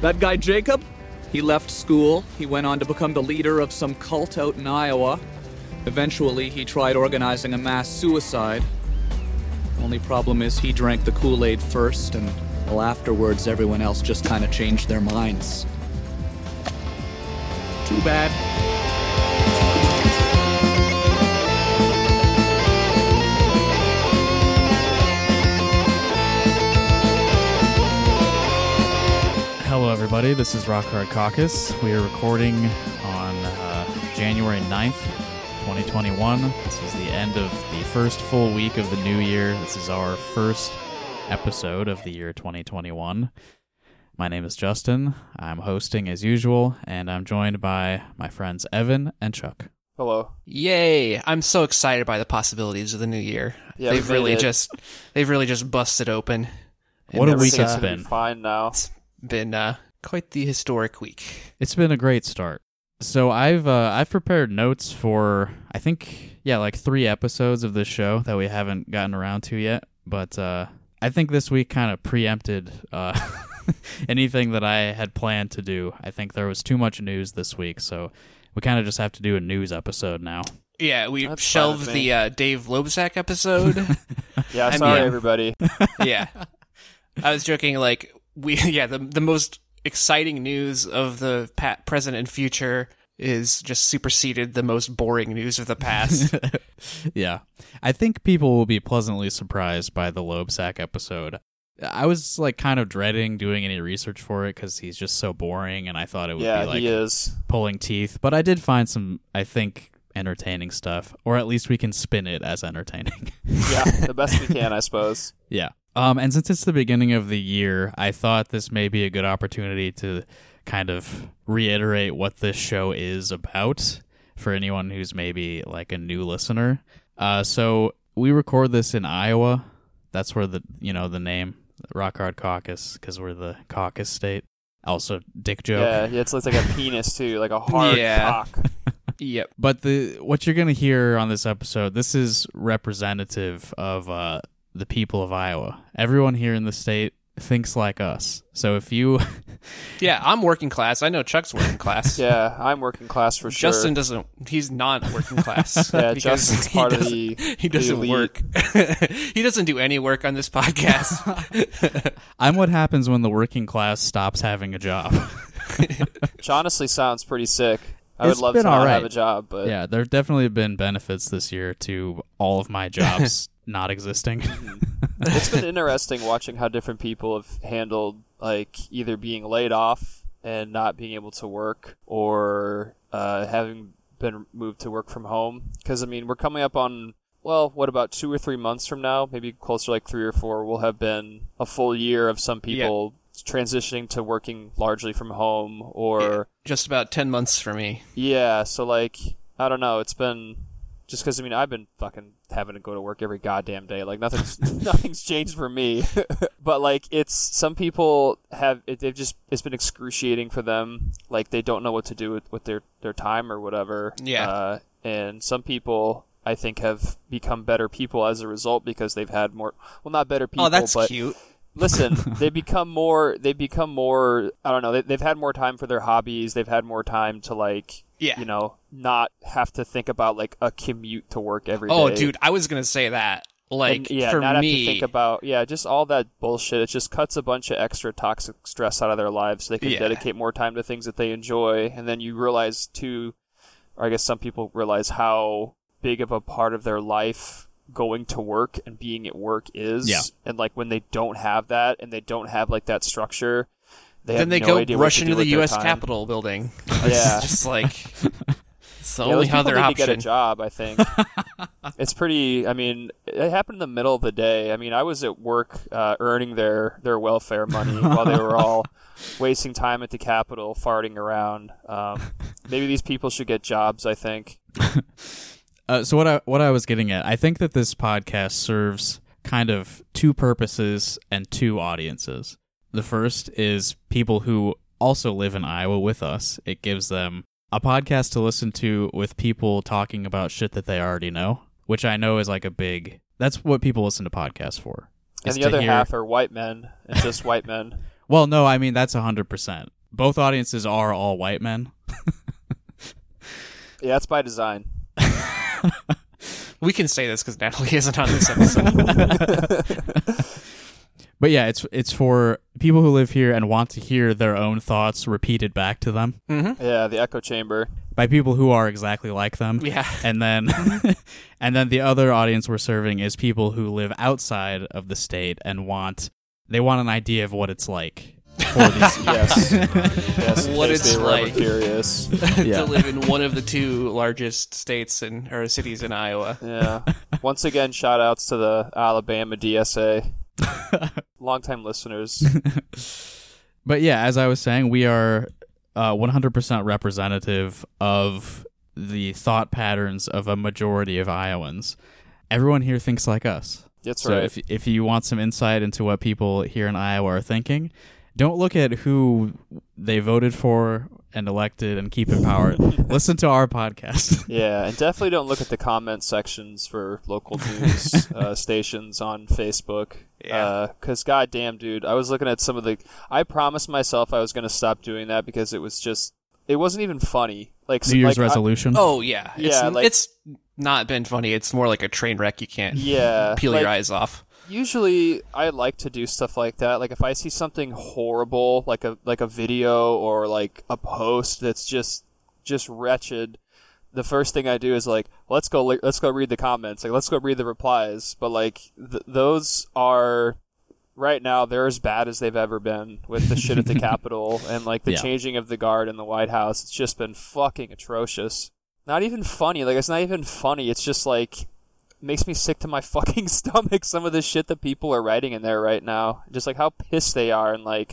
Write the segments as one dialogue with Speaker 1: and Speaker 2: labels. Speaker 1: That guy Jacob, he left school. He went on to become the leader of some cult out in Iowa. Eventually, he tried organizing a mass suicide. Only problem is he drank the Kool Aid first, and well, afterwards, everyone else just kind of changed their minds. Too bad.
Speaker 2: Hello, everybody. This is Rock Hard Caucus. We are recording on uh, January 9th, 2021. This is the end of the first full week of the new year. This is our first episode of the year 2021. My name is Justin. I'm hosting as usual, and I'm joined by my friends Evan and Chuck.
Speaker 3: Hello.
Speaker 4: Yay! I'm so excited by the possibilities of the new year.
Speaker 3: Yeah,
Speaker 4: they've
Speaker 3: we made
Speaker 4: really
Speaker 3: it.
Speaker 4: just they've really just busted open. And
Speaker 2: What a
Speaker 4: it's,
Speaker 2: week it's
Speaker 4: uh,
Speaker 2: been.
Speaker 3: Fine now.
Speaker 4: It's been uh, quite the historic week.
Speaker 2: It's been a great start. So I've uh, I've prepared notes for I think yeah like three episodes of this show that we haven't gotten around to yet, but uh, I think this week kind of preempted uh, anything that I had planned to do. I think there was too much news this week, so we kind of just have to do a news episode now.
Speaker 4: Yeah, we
Speaker 3: That's fine
Speaker 4: shelved
Speaker 3: with me.
Speaker 4: the uh, Dave Lobesack episode.
Speaker 3: Yeah,
Speaker 4: I
Speaker 3: sorry
Speaker 4: mean-
Speaker 3: everybody.
Speaker 4: yeah, I was joking. Like we, yeah, the the most exciting news of the pa- present and future is just superseded the most boring news of the past.
Speaker 2: yeah. I think people will be pleasantly surprised by the Lobesack episode. I was like kind of dreading doing any research for it because he's just so boring, and I thought it would
Speaker 3: yeah,
Speaker 2: be like
Speaker 3: he is.
Speaker 2: pulling teeth. But I did find some, I think, entertaining stuff, or at least we can spin it as entertaining.
Speaker 3: Yeah, the best we can, I suppose.
Speaker 2: yeah. Um, and since it's the beginning of the year, I thought this may be a good opportunity to kind of reiterate what this show is about for anyone who's maybe like a new listener. Uh, so we record this in Iowa. That's where the you know the name Rock Hard Caucus because we're the caucus state. Also, dick joke.
Speaker 3: Yeah, yeah, it's, it's like a penis too, like a hard
Speaker 4: Yeah.
Speaker 3: cock.
Speaker 4: yep.
Speaker 2: But the what you're gonna hear on this episode, this is representative of uh, the people of Iowa. Everyone here in the state thinks like us. So if you,
Speaker 4: Yeah, I'm working class. I know Chuck's working class.
Speaker 3: Yeah, I'm working class for sure.
Speaker 4: Justin doesn't. He's not working class.
Speaker 3: Yeah,
Speaker 4: because
Speaker 3: Justin's
Speaker 4: he
Speaker 3: part of
Speaker 4: doesn't-
Speaker 3: the-
Speaker 4: He doesn't
Speaker 3: the elite.
Speaker 4: work. he doesn't do any work on this podcast.
Speaker 2: I'm what happens when the working class stops having a job.
Speaker 3: Which honestly sounds pretty sick. I
Speaker 2: It's
Speaker 3: would love
Speaker 2: been
Speaker 3: to not
Speaker 2: alright.
Speaker 3: have a job, but
Speaker 2: yeah, there have definitely been benefits this year to all of my jobs not existing.
Speaker 3: it's been interesting watching how different people have handled like either being laid off and not being able to work or uh, having been moved to work from home because i mean we're coming up on well what about two or three months from now maybe closer to, like three or four will have been a full year of some
Speaker 4: Yeah.
Speaker 3: people transitioning to working largely from home or
Speaker 4: Just about ten months for me. Oh,
Speaker 3: yeah, so like I don't know, it's been just because I mean I've been fucking having to go to work every goddamn day. Like nothing's nothing's changed for me. but like it's some people have it, they've just it's been excruciating for them. Like they don't know what to do with, with their their time or whatever.
Speaker 4: Yeah.
Speaker 3: Uh, and some people I think have become better people as a result because they've had more well not better people
Speaker 4: oh, that's
Speaker 3: but
Speaker 4: cute.
Speaker 3: Listen, they become more. They become more. I don't know. They, they've had more time for their hobbies. They've had more time to like,
Speaker 4: Yeah.
Speaker 3: you know, not have to think about like a commute to work every day.
Speaker 4: Oh, dude, I was gonna say that.
Speaker 3: And,
Speaker 4: Like
Speaker 3: yeah,
Speaker 4: for
Speaker 3: not
Speaker 4: me,
Speaker 3: have to think about yeah, just all that bullshit. It just cuts a bunch of extra toxic stress out of their lives. So they can
Speaker 4: Yeah.
Speaker 3: dedicate more time to things that they enjoy, and then you realize too, or I guess some people realize how big of a part of their life going to work and being at work is.
Speaker 2: Yeah.
Speaker 3: And like when they don't have that, and they don't have like that structure, they
Speaker 4: then
Speaker 3: have
Speaker 4: they
Speaker 3: no
Speaker 4: go
Speaker 3: idea what
Speaker 4: rush
Speaker 3: to do
Speaker 4: into the
Speaker 3: with their
Speaker 4: U.S.
Speaker 3: time.
Speaker 4: Capitol building.
Speaker 3: Yeah.
Speaker 4: It's just like it's the
Speaker 3: Yeah,
Speaker 4: only
Speaker 3: those people
Speaker 4: other
Speaker 3: need
Speaker 4: option.
Speaker 3: to get a job, I think. it's pretty. I mean, it happened in the middle of the day. I mean, I was at work uh, earning their their welfare money while they were all wasting time at the Capitol farting around. Um, maybe these people should get jobs. I think.
Speaker 2: Uh, so what I what I was getting at, I think that this podcast serves kind of two purposes and two audiences. The first is people who also live in Iowa with us. It gives them a podcast to listen to with people talking about shit that they already know, which I know is like a big. That's what people listen to podcasts for.
Speaker 3: And
Speaker 2: is
Speaker 3: the
Speaker 2: to
Speaker 3: other
Speaker 2: hear-
Speaker 3: half are white men and just white men.
Speaker 2: Well, no, I mean that's hundred percent. Both audiences are all white men.
Speaker 3: Yeah, that's by design.
Speaker 4: We can say this because Natalie isn't on this episode.
Speaker 2: But yeah, it's it's for people who live here and want to hear their own thoughts repeated back to them
Speaker 4: Hmm?
Speaker 3: Yeah, the echo chamber.
Speaker 2: by people who are exactly like them.
Speaker 4: Yeah.
Speaker 2: And then and then the other audience we're serving is people who live outside of the state and want they want an idea of what it's like for these
Speaker 3: Yes. yes. in
Speaker 4: What
Speaker 3: case
Speaker 4: it's
Speaker 3: they were ever
Speaker 4: like.
Speaker 3: Curious.
Speaker 4: to live in one of the two largest states in or cities in Iowa.
Speaker 3: Yeah. Once again, shout outs to the Alabama DSA. Longtime listeners.
Speaker 2: But yeah, as I was saying, we are uh, 100% representative of the thought patterns of a majority of Iowans. Everyone here thinks like us.
Speaker 3: That's
Speaker 2: so
Speaker 3: right.
Speaker 2: if if you want some insight into what people here in Iowa are thinking, don't look at who they voted for and elected and keep in power. Listen to our podcast.
Speaker 3: Yeah, and definitely don't look at the comment sections for local news uh, stations on Facebook.
Speaker 4: Yeah.
Speaker 3: Because, goddamn, dude, I was looking at some of the. I promised myself I was going to stop doing that because it was just. It wasn't even funny. Like
Speaker 2: New Year's
Speaker 3: like, I-
Speaker 2: resolution.
Speaker 4: Oh yeah, it's,
Speaker 3: Yeah, like-
Speaker 4: it's not been funny. It's more like a train wreck. You can't
Speaker 3: yeah.
Speaker 4: peel your
Speaker 3: like,
Speaker 4: eyes off.
Speaker 3: usually I like to do stuff like that. Like if I see something horrible, like a like a video or like a post that's just just wretched, the first thing I do is like, let's go li- let's go read the comments. Like let's go read the replies. But like th- those are right now they're as bad as they've ever been with the shit at the Capitol and like the
Speaker 2: Yeah.
Speaker 3: changing of the guard in the White House. It's just been fucking atrocious. Not even funny. Like it's not even funny. It's just like makes me sick to my fucking stomach some of the shit that people are writing in there right now just like how pissed they are and like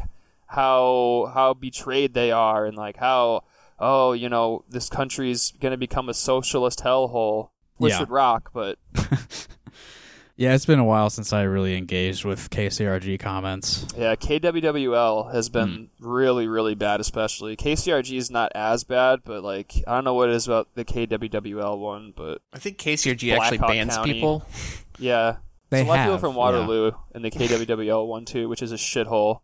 Speaker 3: how how betrayed they are and like how oh you know this country's gonna become a socialist hellhole which
Speaker 2: Yeah.
Speaker 3: would rock but
Speaker 2: Yeah, it's been a while since I really engaged with KCRG comments.
Speaker 3: yeah kwwl has been
Speaker 2: Hmm.
Speaker 3: really really bad especially kcrg is not as bad but like i don't know what it is about the kwwl one but
Speaker 4: I think KCRG
Speaker 3: Black
Speaker 4: actually
Speaker 3: Hawk
Speaker 4: bans
Speaker 3: County.
Speaker 4: people.
Speaker 3: yeah
Speaker 2: They
Speaker 3: There's a lot of
Speaker 2: have,
Speaker 3: people from
Speaker 2: yeah.
Speaker 3: waterloo and the kwwl one too which is a shithole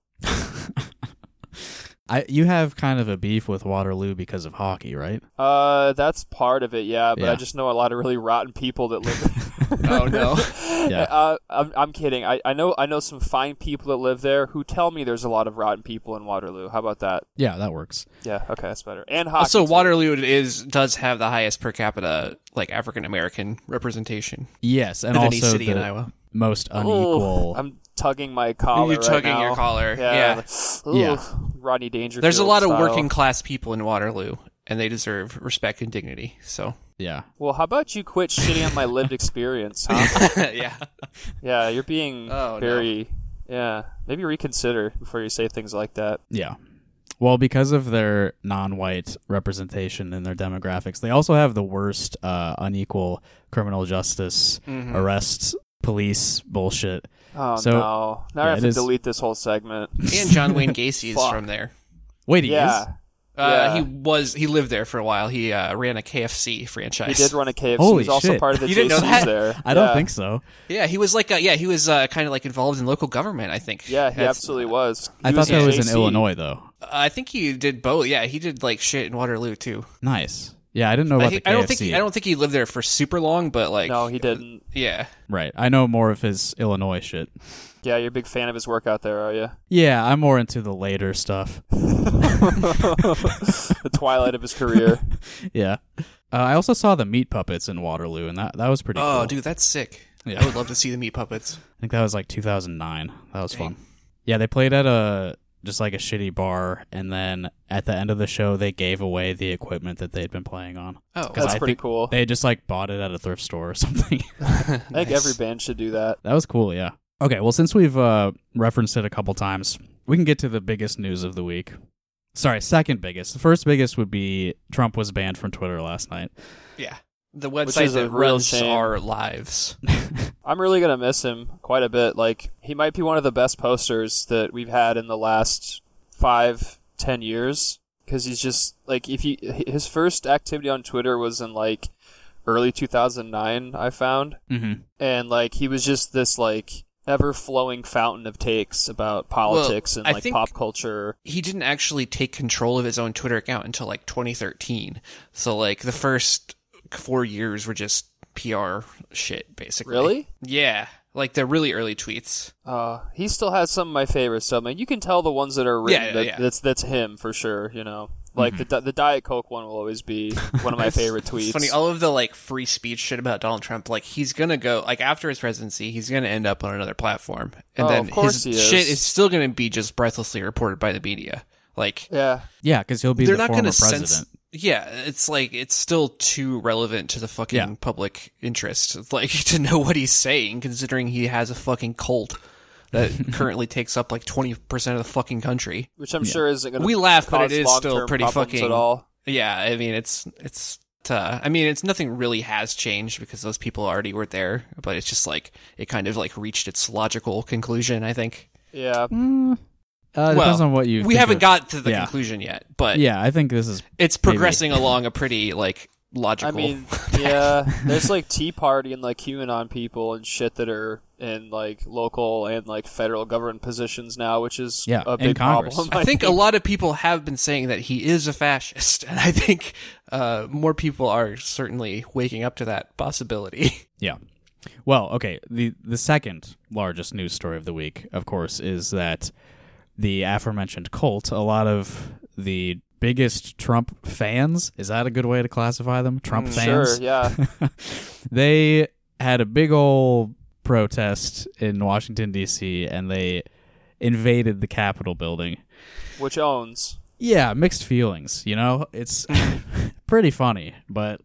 Speaker 2: I you have kind of a beef with Waterloo because of hockey, right?
Speaker 3: Uh, that's part of it, yeah. But
Speaker 2: Yeah.
Speaker 3: I just know a lot of really rotten people that live.
Speaker 4: oh no,
Speaker 2: Yeah.
Speaker 3: Uh, I'm, I'm kidding. I, I know I know some fine people that live there who tell me there's a lot of rotten people in Waterloo. How about that?
Speaker 2: Yeah, that works.
Speaker 3: Yeah. Okay, that's better. And
Speaker 2: Uh,
Speaker 3: hockey.
Speaker 4: also
Speaker 3: too.
Speaker 4: Waterloo is does have the highest per capita like African American representation
Speaker 2: Yes, and
Speaker 4: of
Speaker 2: also
Speaker 4: any city
Speaker 2: the
Speaker 4: in Iowa.
Speaker 2: most
Speaker 3: Ooh,
Speaker 2: unequal.
Speaker 3: Oh, I'm tugging my collar.
Speaker 4: You're tugging
Speaker 3: right now.
Speaker 4: your collar,
Speaker 3: Yeah. Ooh,
Speaker 2: Yeah.
Speaker 3: Rodney Dangerfield.
Speaker 4: There's a lot of
Speaker 3: style.
Speaker 4: working class people in Waterloo, and they deserve respect and dignity. So
Speaker 2: yeah.
Speaker 3: Well, how about you quit shitting on my lived experience? Huh?
Speaker 4: yeah,
Speaker 3: yeah, you're being
Speaker 4: Oh, no.
Speaker 3: very. Yeah, maybe reconsider before you say things like that.
Speaker 2: Yeah. Well, because of their non-white representation in their demographics, they also have the worst uh, unequal criminal justice
Speaker 3: Mm-hmm.
Speaker 2: arrests, police bullshit.
Speaker 3: Oh
Speaker 2: So-
Speaker 3: no!
Speaker 2: yeah,
Speaker 3: Now I have
Speaker 2: it
Speaker 3: to
Speaker 2: is-
Speaker 3: delete this whole segment.
Speaker 4: and John Wayne Gacy is
Speaker 3: Fuck.
Speaker 4: from there.
Speaker 2: Wait, he
Speaker 3: yeah.
Speaker 2: is?
Speaker 4: Uh,
Speaker 3: Yeah.
Speaker 4: He was he lived there for a while. He uh, ran a KFC
Speaker 3: He
Speaker 4: franchise.
Speaker 3: did run a KFC.
Speaker 2: Holy
Speaker 3: He's also
Speaker 2: shit.
Speaker 3: part of the
Speaker 4: You didn't know
Speaker 3: JCs
Speaker 4: that?
Speaker 3: there.
Speaker 2: I don't
Speaker 3: Yeah.
Speaker 2: think so.
Speaker 4: Yeah, he was like uh, yeah he was uh, kind of like involved in local government. I think.
Speaker 3: Yeah, he
Speaker 4: That's-
Speaker 3: absolutely was. He
Speaker 2: I thought that
Speaker 3: a
Speaker 2: was in
Speaker 3: JC.
Speaker 2: Illinois, though.
Speaker 4: I think he did both. Yeah, he did like shit in Waterloo too.
Speaker 2: Nice. Yeah, I didn't know
Speaker 4: I,
Speaker 2: about
Speaker 4: think-
Speaker 2: the KFC.
Speaker 4: I don't think he, I don't think he lived there for super long, but like
Speaker 3: No, he didn't.
Speaker 4: yeah.
Speaker 2: Right. I know more of his Illinois shit.
Speaker 3: Yeah, you're a big fan of his work out there, are you?
Speaker 2: Yeah, I'm more into the later stuff.
Speaker 3: The twilight of his career.
Speaker 2: Yeah. Uh, I also saw the meat puppets in Waterloo, and that, that was pretty
Speaker 4: Oh,
Speaker 2: cool.
Speaker 4: dude, that's sick.
Speaker 2: Yeah.
Speaker 4: I would love to see the meat puppets.
Speaker 2: I think that was like 2009. That was fun. Yeah, they played at a just like a shitty bar, and then at the end of the show, they gave away the equipment that they'd been playing on.
Speaker 4: Oh,
Speaker 3: That's
Speaker 2: I
Speaker 3: pretty
Speaker 2: think
Speaker 3: cool.
Speaker 2: They just like bought it at a thrift store or something.
Speaker 3: I think every band should do that.
Speaker 2: that was cool. Yeah. Okay. Well, since we've uh, referenced it a couple times, we can get to the biggest news of the week. Sorry, second biggest. The first biggest would be Trump was banned from Twitter last night.
Speaker 4: yeah. The
Speaker 3: is
Speaker 4: website
Speaker 3: a
Speaker 4: that
Speaker 3: real
Speaker 4: runs
Speaker 3: shame.
Speaker 4: our lives.
Speaker 3: I'm really gonna miss him quite a bit. Like he might be one of the best posters that we've had in the last five, ten years. Because he's just like if he his first activity on Twitter was in like early 2009. I found.
Speaker 2: Mm-hmm.
Speaker 3: and like he was just this like ever flowing fountain of takes about politics
Speaker 4: I
Speaker 3: and like
Speaker 4: think-
Speaker 3: pop culture.
Speaker 4: he didn't actually take control of his own Twitter account until like 2013. So like the first four years were just PR shit, basically.
Speaker 3: Really?
Speaker 4: Yeah, like the really early tweets.
Speaker 3: Uh, he still has some of my favorites. So, I mean, you can tell the ones that are written.
Speaker 4: Yeah, yeah,
Speaker 3: that,
Speaker 4: yeah.
Speaker 3: That's that's him for sure. You know, like the the Diet Coke one will always be one of my favorite tweets.
Speaker 4: It's funny, all of the like free speech shit about Donald Trump. Like he's gonna go like after his presidency, he's gonna end up on another platform, and
Speaker 3: Oh,
Speaker 4: then
Speaker 3: of course
Speaker 4: his
Speaker 3: he is.
Speaker 4: shit is still gonna be just breathlessly reported by the media. Like
Speaker 3: yeah,
Speaker 2: Yeah, because he'll be
Speaker 4: they're
Speaker 2: the
Speaker 4: not
Speaker 2: former
Speaker 4: gonna
Speaker 2: president.
Speaker 4: sense. Yeah, it's like it's still too relevant to the fucking
Speaker 2: Yeah.
Speaker 4: public interest, It's like to know what he's saying, considering he has a fucking cult that currently takes up like twenty percent of the fucking country.
Speaker 3: which I'm sure isn't going to
Speaker 4: We laugh, but it is
Speaker 3: long-term
Speaker 4: still pretty
Speaker 3: problems
Speaker 4: fucking-
Speaker 3: at all.
Speaker 4: Yeah, I mean it's it's. Uh, I mean, it's nothing really has changed because those people already were there, but it's just like it kind of like reached its logical conclusion. I think
Speaker 3: Yeah,
Speaker 2: Uh, depends
Speaker 4: Well,
Speaker 2: on what you.
Speaker 4: we
Speaker 2: think
Speaker 4: haven't
Speaker 2: of-
Speaker 4: got to the
Speaker 2: yeah.
Speaker 4: conclusion yet, but
Speaker 2: Yeah, I think this is.
Speaker 4: it's
Speaker 2: Maybe.
Speaker 4: progressing along a pretty like logical.
Speaker 3: I mean, yeah, there's like Tea Party and like QAnon people and shit that are in like local and like federal government positions now, which is
Speaker 2: Yeah,
Speaker 3: a
Speaker 2: in
Speaker 3: big
Speaker 2: Congress.
Speaker 3: problem.
Speaker 4: I think a lot of people have been saying that he is a fascist, and I think uh, more people are certainly waking up to that possibility.
Speaker 2: Yeah. Well, okay. The the second largest news story of the week, of course, is that the aforementioned cult, a lot of the biggest Trump fans, is that a good way to classify them? Trump
Speaker 3: Mm, Sure,
Speaker 2: fans?
Speaker 3: yeah.
Speaker 2: they had a big old protest in Washington D.C. and they invaded the Capitol building.
Speaker 3: Which owns?
Speaker 2: Yeah, mixed feelings. You know, it's pretty funny, but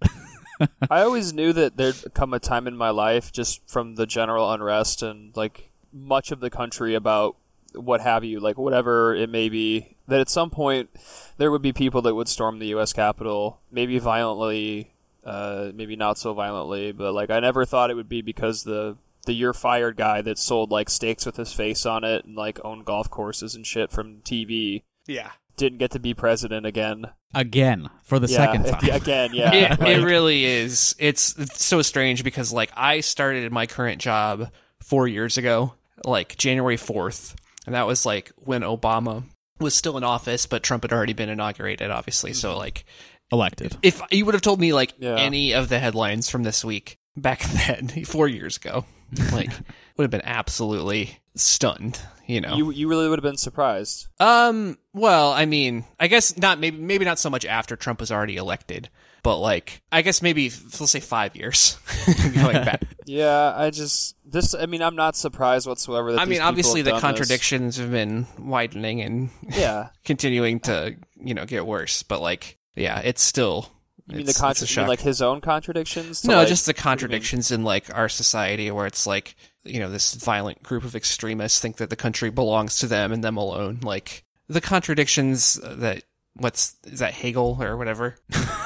Speaker 3: I always knew that there'd come a time in my life, just from the general unrest and like much of the country about what have you, like whatever it may be, that at some point there would be people that would storm the U.S. Capitol, maybe violently, uh, maybe not so violently, but like I never thought it would be because the the you're fired guy that sold like steaks with his face on it and like owned golf courses and shit from TV
Speaker 4: Yeah,
Speaker 3: didn't get to be president again.
Speaker 2: again for the
Speaker 3: yeah,
Speaker 2: second time.
Speaker 3: again, yeah.
Speaker 4: it,
Speaker 3: like-
Speaker 4: it really is. It's, it's so strange because like I started my current job four years ago, like January fourth, and that was like when Obama was still in office, but Trump had already been inaugurated, obviously. So like
Speaker 2: Elected.
Speaker 4: if you would have told me like
Speaker 3: Mm-hmm. Yeah.
Speaker 4: any of the headlines from this week back then, four years ago, like would have been absolutely stunned. You know,
Speaker 3: you you really would have been surprised.
Speaker 4: um, well, I mean, I guess not. Maybe maybe not so much after Trump was already elected, but like I guess maybe f- let's say five years going back.
Speaker 3: Yeah, I just this. I mean, I'm not surprised whatsoever. That
Speaker 4: I
Speaker 3: these
Speaker 4: mean,
Speaker 3: people
Speaker 4: obviously
Speaker 3: have
Speaker 4: the
Speaker 3: done
Speaker 4: contradictions have been widening and
Speaker 3: This. Yeah,
Speaker 4: continuing to you know get worse, but like yeah, it's still.
Speaker 3: you mean the
Speaker 4: it's- it's
Speaker 3: contra-
Speaker 4: a
Speaker 3: you mean,
Speaker 4: shock.
Speaker 3: like his own contradictions? to,
Speaker 4: no,
Speaker 3: like-
Speaker 4: just the contradictions in like our society where it's like, you know, this violent group of extremists think that the country belongs to them and them alone. Like the contradictions that what's is that Hegel or whatever?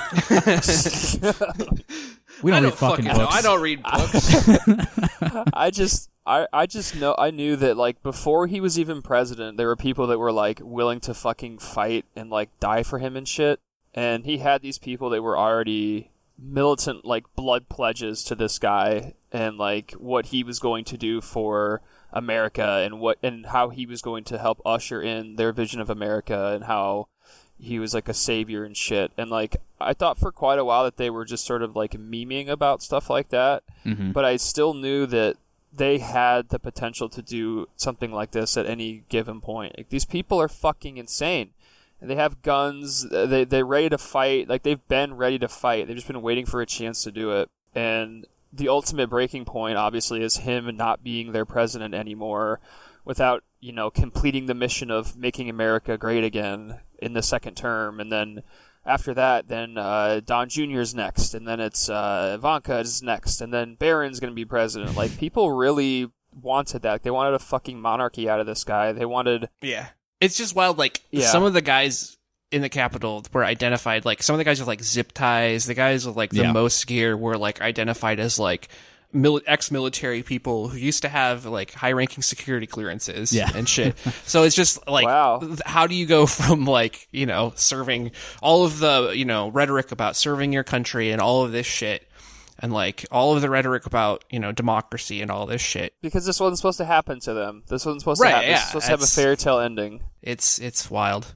Speaker 2: We don't,
Speaker 4: I
Speaker 2: read fucking
Speaker 4: know.
Speaker 2: books.
Speaker 4: I don't read books.
Speaker 3: I just. I, I just know I knew that like before he was even president there were people that were like willing to fucking fight and like die for him and shit and he had these people that were already militant like blood pledges to this guy and like what he was going to do for America and what and how he was going to help usher in their vision of America and how he was like a savior and shit. And like I thought for quite a while that they were just sort of like memeing about stuff like that, but I still knew that they had the potential to do something like this at any given point. Like these people are fucking insane. They have guns. They they're ready to fight. Like they've been ready to fight. They've just been waiting for a chance to do it. And the ultimate breaking point, obviously, is him not being their president anymore, without you know completing the mission of making America great again in the second term, and then. After that, then uh, Don Jr. is next, and then it's uh, Ivanka is next, and then Barron's going to be president. Like people really wanted that. They wanted a fucking monarchy out of this guy. They wanted
Speaker 4: yeah. It's just wild like
Speaker 3: Yeah.
Speaker 4: some of the guys in the Capitol were identified like some of the guys with like zip ties, the guys with like the
Speaker 2: Yeah.
Speaker 4: most gear were like identified as like mil- ex-military people who used to have like high-ranking security clearances
Speaker 2: Yeah.
Speaker 4: and shit. so it's just like
Speaker 3: Wow.
Speaker 4: th- how do you go from like, you know, serving all of the, you know, rhetoric about serving your country and all of this shit and like all of the rhetoric about you know democracy and all this shit.
Speaker 3: Because this wasn't supposed to happen to them. This wasn't supposed
Speaker 4: Right,
Speaker 3: to happen.
Speaker 4: yeah,
Speaker 3: this was supposed to have a
Speaker 4: it's-
Speaker 3: fairy tale ending.
Speaker 4: It's it's wild,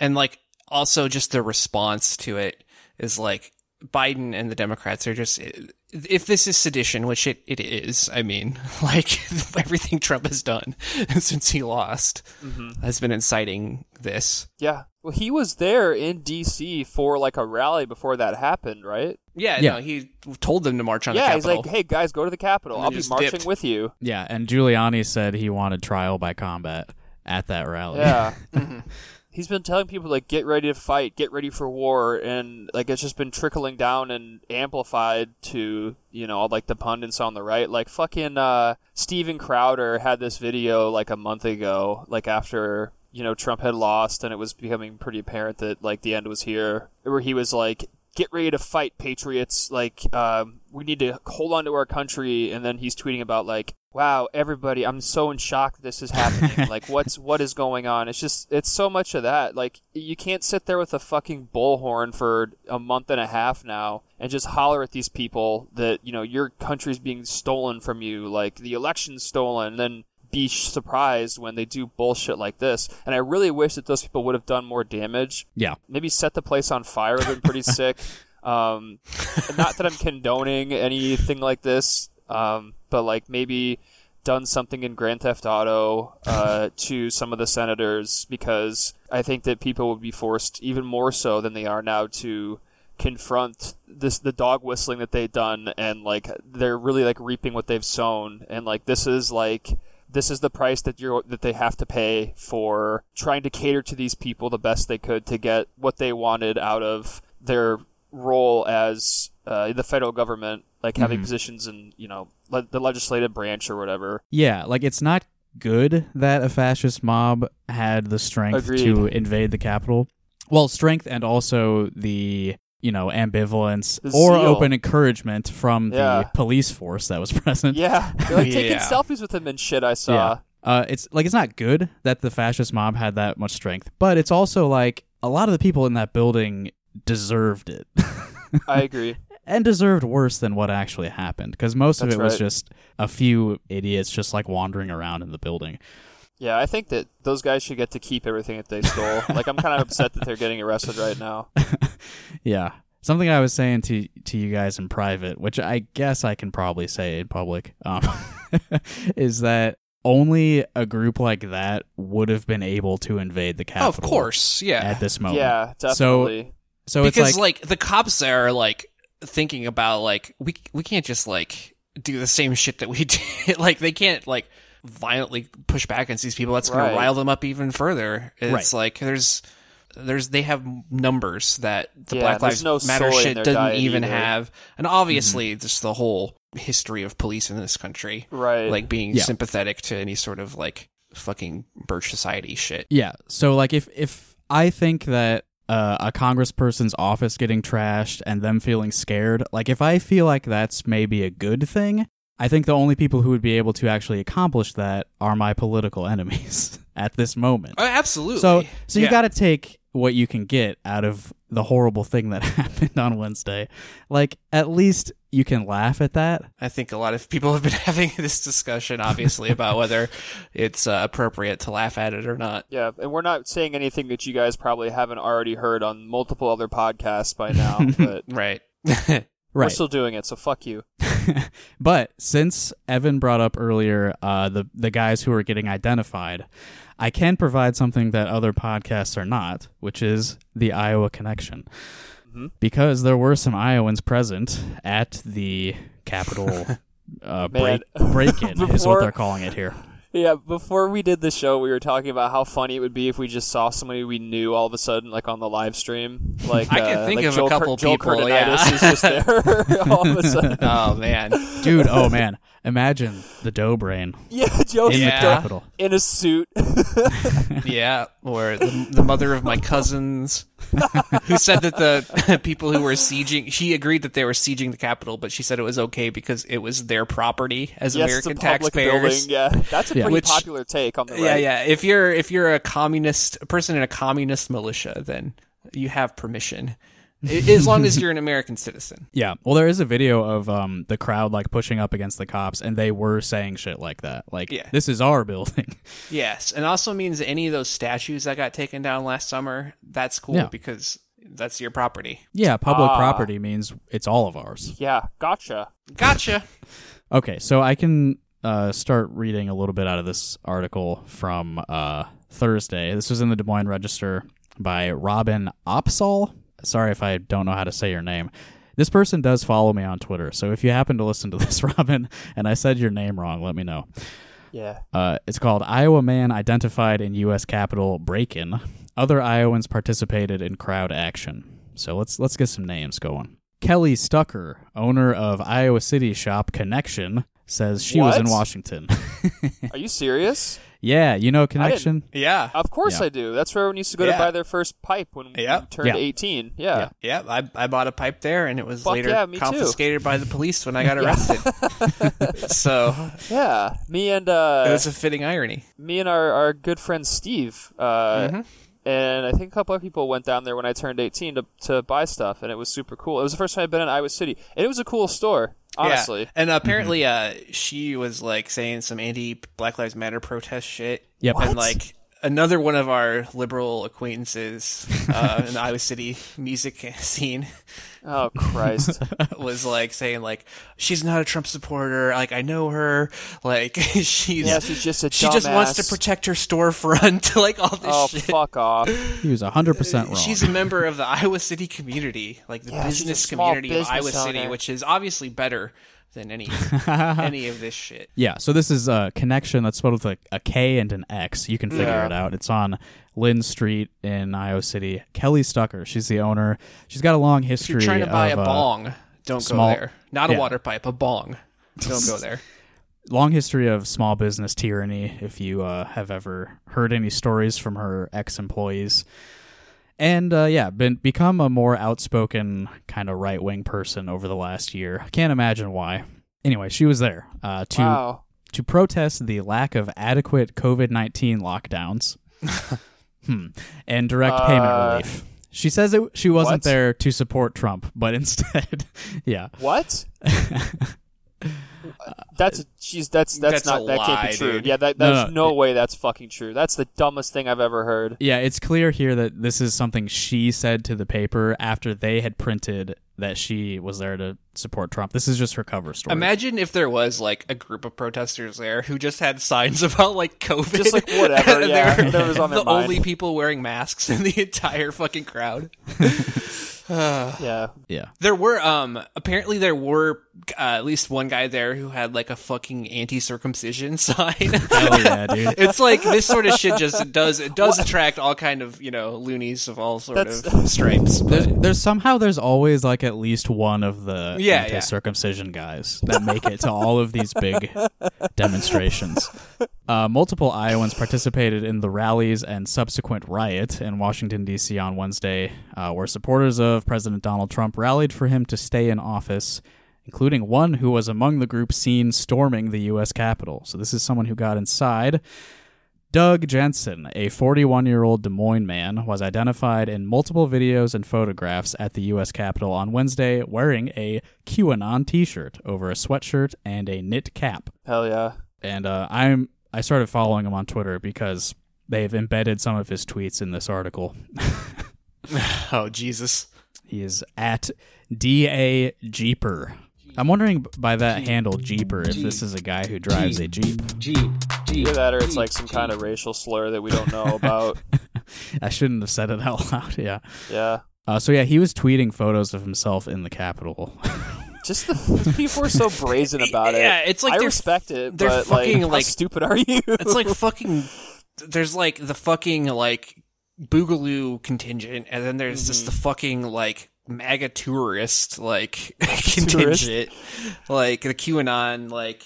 Speaker 4: and like also just the response to it is like Biden and the Democrats are just if this is sedition, which it, it is. I mean, like everything Trump has done since he lost
Speaker 3: Mm-hmm.
Speaker 4: has been inciting this.
Speaker 3: Yeah. Well, he was there in D.C. for like a rally before that happened, right?
Speaker 4: Yeah,
Speaker 2: Yeah.
Speaker 4: no, he told them to march on
Speaker 3: yeah.
Speaker 4: the
Speaker 3: He's
Speaker 4: Capitol.
Speaker 3: like, hey guys, go to the Capitol.
Speaker 4: And
Speaker 3: I'll
Speaker 4: they
Speaker 3: be
Speaker 4: just
Speaker 3: marching
Speaker 4: dipped.
Speaker 3: with you.
Speaker 2: Yeah, and Giuliani said he wanted trial by combat at that rally.
Speaker 3: Yeah. Mm-hmm. He's been telling people like get ready to fight, get ready for war, and like it's just been trickling down and amplified to you know like the pundits on the right. Like fucking uh, Steven Crowder had this video like a month ago, like after you know Trump had lost and it was becoming pretty apparent that like the end was here, where he was like get ready to fight patriots like um, we need to hold on to our country and then he's tweeting about like wow everybody i'm so in shock that this is happening like what's what is going on it's just it's so much of that like you can't sit there with a fucking bullhorn for a month and a half now and just holler at these people that you know your country's being stolen from you like the election's stolen and then be sh- surprised when they do bullshit like this and i really wish that those people would have done more damage
Speaker 2: Yeah.
Speaker 3: maybe set the place on fire would have been pretty sick. Um, not that I'm condoning anything like this, um, but like maybe done something in Grand Theft Auto uh, to some of the senators because I think that people would be forced even more so than they are now to confront this the dog whistling that they've done and like they're really like reaping what they've sown and like this is like this is the price that you're that they have to pay for trying to cater to these people the best they could to get what they wanted out of their role as uh, in the federal government, like having
Speaker 2: Mhm.
Speaker 3: positions in you know le- the legislative branch or whatever.
Speaker 2: Yeah, like it's not good that a fascist mob had the strength
Speaker 3: Agreed.
Speaker 2: to invade the capital. Well, strength and also the you know ambivalence
Speaker 3: The
Speaker 2: or
Speaker 3: zeal.
Speaker 2: open encouragement from
Speaker 3: Yeah.
Speaker 2: the police force that was present.
Speaker 3: Yeah, they're like taking
Speaker 4: Yeah.
Speaker 3: selfies with him and shit. I saw.
Speaker 2: Yeah. Uh, it's like it's not good that the fascist mob had that much strength, but it's also like a lot of the people in that building deserved it.
Speaker 3: I agree.
Speaker 2: and deserved worse than what actually happened because most
Speaker 3: That's
Speaker 2: of it was
Speaker 3: right.
Speaker 2: just a few idiots just like wandering around in the building.
Speaker 3: Yeah, I think that those guys should get to keep everything that they stole. like I'm kind of upset that they're getting arrested right now.
Speaker 2: Yeah. Something I was saying to to you guys in private, which I guess I can probably say in public, um, is that only a group like that would have been able to invade the
Speaker 4: Oh,
Speaker 2: capital.
Speaker 4: of course, yeah.
Speaker 2: At this moment.
Speaker 3: Yeah, definitely.
Speaker 2: So
Speaker 4: because
Speaker 2: it's like,
Speaker 4: like, the cops there are like thinking about like we we can't just like do the same shit that we did. like they can't like violently push back against these people. That's going
Speaker 3: Right.
Speaker 4: to rile them up even further. It's
Speaker 2: Right.
Speaker 4: like there's there's they have numbers that the
Speaker 3: Yeah,
Speaker 4: Black
Speaker 3: there's
Speaker 4: Lives
Speaker 3: no
Speaker 4: Matter
Speaker 3: soul in
Speaker 4: shit
Speaker 3: their
Speaker 4: doesn't
Speaker 3: diet
Speaker 4: even
Speaker 3: either.
Speaker 4: have, and obviously just the whole history of police in this country,
Speaker 3: Right.
Speaker 4: like being
Speaker 2: Yeah.
Speaker 4: sympathetic to any sort of like fucking birch society shit.
Speaker 2: yeah. So like if if I think that uh, a congressperson's office getting trashed and them feeling scared, like if I feel like that's maybe a good thing, I think the only people who would be able to actually accomplish that are my political enemies at this moment.
Speaker 4: Oh, absolutely.
Speaker 2: So, so you
Speaker 4: Yeah.
Speaker 2: got to take what you can get out of the horrible thing that happened on Wednesday. Like, at least you can laugh at that.
Speaker 4: I think a lot of people have been having this discussion, obviously, about whether it's uh, appropriate to laugh at it or not.
Speaker 3: Yeah, and we're not saying anything that you guys probably haven't already heard on multiple other podcasts by now, but
Speaker 4: Right.
Speaker 3: we're
Speaker 2: Right.
Speaker 3: still doing it, so fuck you.
Speaker 2: but since Evan brought up earlier uh, the the guys who are getting identified, I can provide something that other podcasts are not, which is the Iowa connection, because there were some Iowans present at the Capitol uh,
Speaker 3: Man.
Speaker 2: break break in is what
Speaker 3: Before-
Speaker 2: they're calling it here.
Speaker 3: Yeah, before we did the show, we were talking about how funny it would be if we just saw somebody we knew all of a sudden, like on the live stream. Like
Speaker 4: I can
Speaker 3: uh,
Speaker 4: think
Speaker 3: like
Speaker 4: of a
Speaker 3: Joel
Speaker 4: couple
Speaker 3: Joel
Speaker 4: people,
Speaker 3: Curtinitis
Speaker 4: yeah.
Speaker 3: is just there all of a sudden.
Speaker 4: Oh man.
Speaker 2: dude. Oh man, imagine the dough brain
Speaker 3: Yeah, Joe's
Speaker 2: in
Speaker 4: Yeah.
Speaker 2: the capital.
Speaker 3: in a suit.
Speaker 4: Yeah. Or the, the mother of my cousins, who said that the people who were sieging, she agreed that they were sieging the Capitol, but she said it was okay because it was their property as
Speaker 3: yes,
Speaker 4: American
Speaker 3: it's a public
Speaker 4: taxpayers.
Speaker 3: building. Yeah, that's a
Speaker 2: Yeah.
Speaker 3: pretty
Speaker 4: Which-
Speaker 3: popular take on the right.
Speaker 4: Yeah, yeah. If you're if you're a communist a person in a communist militia, then you have permission as long as you're an American citizen.
Speaker 2: Yeah. Well, there is a video of um, the crowd like pushing up against the cops, and they were saying shit like that. Like,
Speaker 4: Yeah.
Speaker 2: this is our building.
Speaker 4: Yes, and also means any of those statues that got taken down last summer, that's cool
Speaker 2: Yeah.
Speaker 4: because that's your property.
Speaker 2: yeah. Public
Speaker 3: Ah.
Speaker 2: property means it's all of ours.
Speaker 3: Yeah, gotcha.
Speaker 4: Gotcha.
Speaker 2: Okay. So I can uh, start reading a little bit out of this article from uh, Thursday. This was in the Des Moines Register by Robin Opsal. Sorry if I don't know how to say your name. This person does follow me on Twitter. So if you happen to listen to this, Robin, and I said your name wrong, let me know.
Speaker 3: Yeah.
Speaker 2: Uh, it's called Iowa Man Identified in U.S. Capitol Break-in. Other Iowans participated in crowd action. So let's let's get some names going. Kelly Stucker, owner of Iowa City shop Connection, says she was in
Speaker 3: What?
Speaker 2: Washington.
Speaker 3: Are you serious?
Speaker 2: yeah, you know Connection.
Speaker 4: Yeah.
Speaker 3: Of course
Speaker 2: Yeah.
Speaker 3: I do. That's where everyone used to go
Speaker 4: Yeah.
Speaker 3: to buy their first pipe when
Speaker 4: Yeah.
Speaker 3: you turned
Speaker 2: Yeah.
Speaker 3: 18. Yeah.
Speaker 2: Yeah.
Speaker 4: Yep, I, I bought a pipe there, and it was
Speaker 3: Fuck
Speaker 4: later
Speaker 3: yeah, me too.
Speaker 4: confiscated by the police when I got arrested. so
Speaker 3: Yeah. Me and
Speaker 4: it
Speaker 3: uh,
Speaker 4: was a fitting irony.
Speaker 3: me and our, our good friend Steve, uh,
Speaker 4: Mm-hmm.
Speaker 3: and I think a couple other people went down there when I turned 18 to, to buy stuff, and it was super cool. It was the first time I'd been in Iowa City, and it was a cool store, honestly.
Speaker 4: Yeah. And
Speaker 2: Mhm.
Speaker 4: apparently, uh, she was like saying some anti Black Lives Matter protest shit.
Speaker 2: Yep. What?
Speaker 4: And like another one of our liberal acquaintances uh, in the Iowa City music scene
Speaker 3: Oh, Christ.
Speaker 4: was like saying like she's not a Trump supporter. Like I know her. Like she's
Speaker 3: yeah, she's just a
Speaker 4: she just wants to
Speaker 3: dumbass.
Speaker 4: protect her storefront. like all this
Speaker 3: Oh,
Speaker 4: shit.
Speaker 3: fuck off.
Speaker 2: He was 100% wrong.
Speaker 4: Uh, She's a member of the Iowa City community, like the
Speaker 3: Yeah, she's a
Speaker 4: business
Speaker 3: small
Speaker 4: community
Speaker 3: business
Speaker 4: of Iowa City,
Speaker 3: owner.
Speaker 4: which is obviously better than any any of this shit.
Speaker 2: yeah, so this is a connection that's spelled with a, a K and an X. You can figure
Speaker 3: Yeah.
Speaker 2: it out. It's on Lynn Street in Iowa City. Kelly Stucker, she's the owner. She's got a long
Speaker 4: If
Speaker 2: history
Speaker 4: you're trying to buy
Speaker 2: of,
Speaker 4: a
Speaker 2: uh,
Speaker 4: bong, don't
Speaker 2: small-
Speaker 4: go there. Not a
Speaker 2: yeah.
Speaker 4: water pipe, a bong. Don't go there.
Speaker 2: long history of small business tyranny if you uh, have ever heard any stories from her ex-employees and uh, yeah been become a more outspoken kind of right-wing person over the last year can't imagine why anyway she was there uh, to
Speaker 3: Wow.
Speaker 2: to protest the lack of adequate covid-19 lockdowns hmm. and direct
Speaker 3: Uh,
Speaker 2: payment relief she says it, she wasn't
Speaker 3: what?
Speaker 2: there to support trump but instead yeah
Speaker 3: What? that's a, she's that's that's,
Speaker 4: That's
Speaker 3: not
Speaker 4: a
Speaker 3: that can't
Speaker 4: lie,
Speaker 3: be true.
Speaker 4: dude.
Speaker 3: Yeah, that
Speaker 2: No,
Speaker 3: that's
Speaker 2: no,
Speaker 3: no, way that's fucking true. That's the dumbest thing I've ever heard.
Speaker 2: Yeah, it's clear here that this is something she said to the paper after they had printed that she was there to support Trump. This is just her cover story.
Speaker 4: Imagine if there was like a group of protesters there who just had signs about like COVID.
Speaker 3: Just like whatever,
Speaker 4: And they
Speaker 3: yeah,
Speaker 4: were
Speaker 3: whatever's on their
Speaker 4: the
Speaker 3: mind.
Speaker 4: only people wearing masks in the entire fucking crowd.
Speaker 3: Yeah.
Speaker 2: yeah.
Speaker 4: There were um apparently there were uh, at least one guy there who had like a fucking anti-circumcision sign.
Speaker 2: Oh yeah, dude.
Speaker 4: it's like this sort of shit just it does it does attract all kind of, you know, loonies of all sort of stripes.
Speaker 2: There's,
Speaker 4: But
Speaker 2: there's somehow there's always like at least one of the
Speaker 4: Yeah, yeah.
Speaker 2: anti-circumcision guys that make it to all of these big demonstrations. Uh, multiple Iowans participated in the rallies and subsequent riot in Washington D.C. on Wednesday, uh, where supporters of President Donald Trump rallied for him to stay in office, including one who was among the group seen storming the U.S. Capitol. So this is someone who got inside. Doug Jensen, a 41 year old Des Moines man, was identified in multiple videos and photographs at the U.S. Capitol on Wednesday wearing a QAnon t shirt over a sweatshirt and a knit cap.
Speaker 3: Hell yeah.
Speaker 2: And uh, I'm I started following him on Twitter because they've embedded some of his tweets in this article.
Speaker 4: oh Jesus.
Speaker 2: He is at DA Jeeper. I'm wondering by that handle, Jeeper, if this is a guy who drives a Jeep.
Speaker 3: Either that or it's like some kind of racial slur that we don't know about.
Speaker 2: I shouldn't have said it out loud, yeah.
Speaker 3: yeah.
Speaker 2: Uh, so yeah, he was tweeting photos of himself in the Capitol.
Speaker 3: Just the people are so brazen about it.
Speaker 4: Yeah, it's like
Speaker 3: I
Speaker 4: they're-
Speaker 3: respect it,
Speaker 4: they're
Speaker 3: but
Speaker 4: fucking,
Speaker 3: like, how
Speaker 4: like-
Speaker 3: stupid are you?
Speaker 4: It's like fucking. There's like the fucking like Boogaloo contingent, and then there's just
Speaker 3: Mm-hmm.
Speaker 4: the fucking like MAGA tourist like contingent, like the QAnon. Like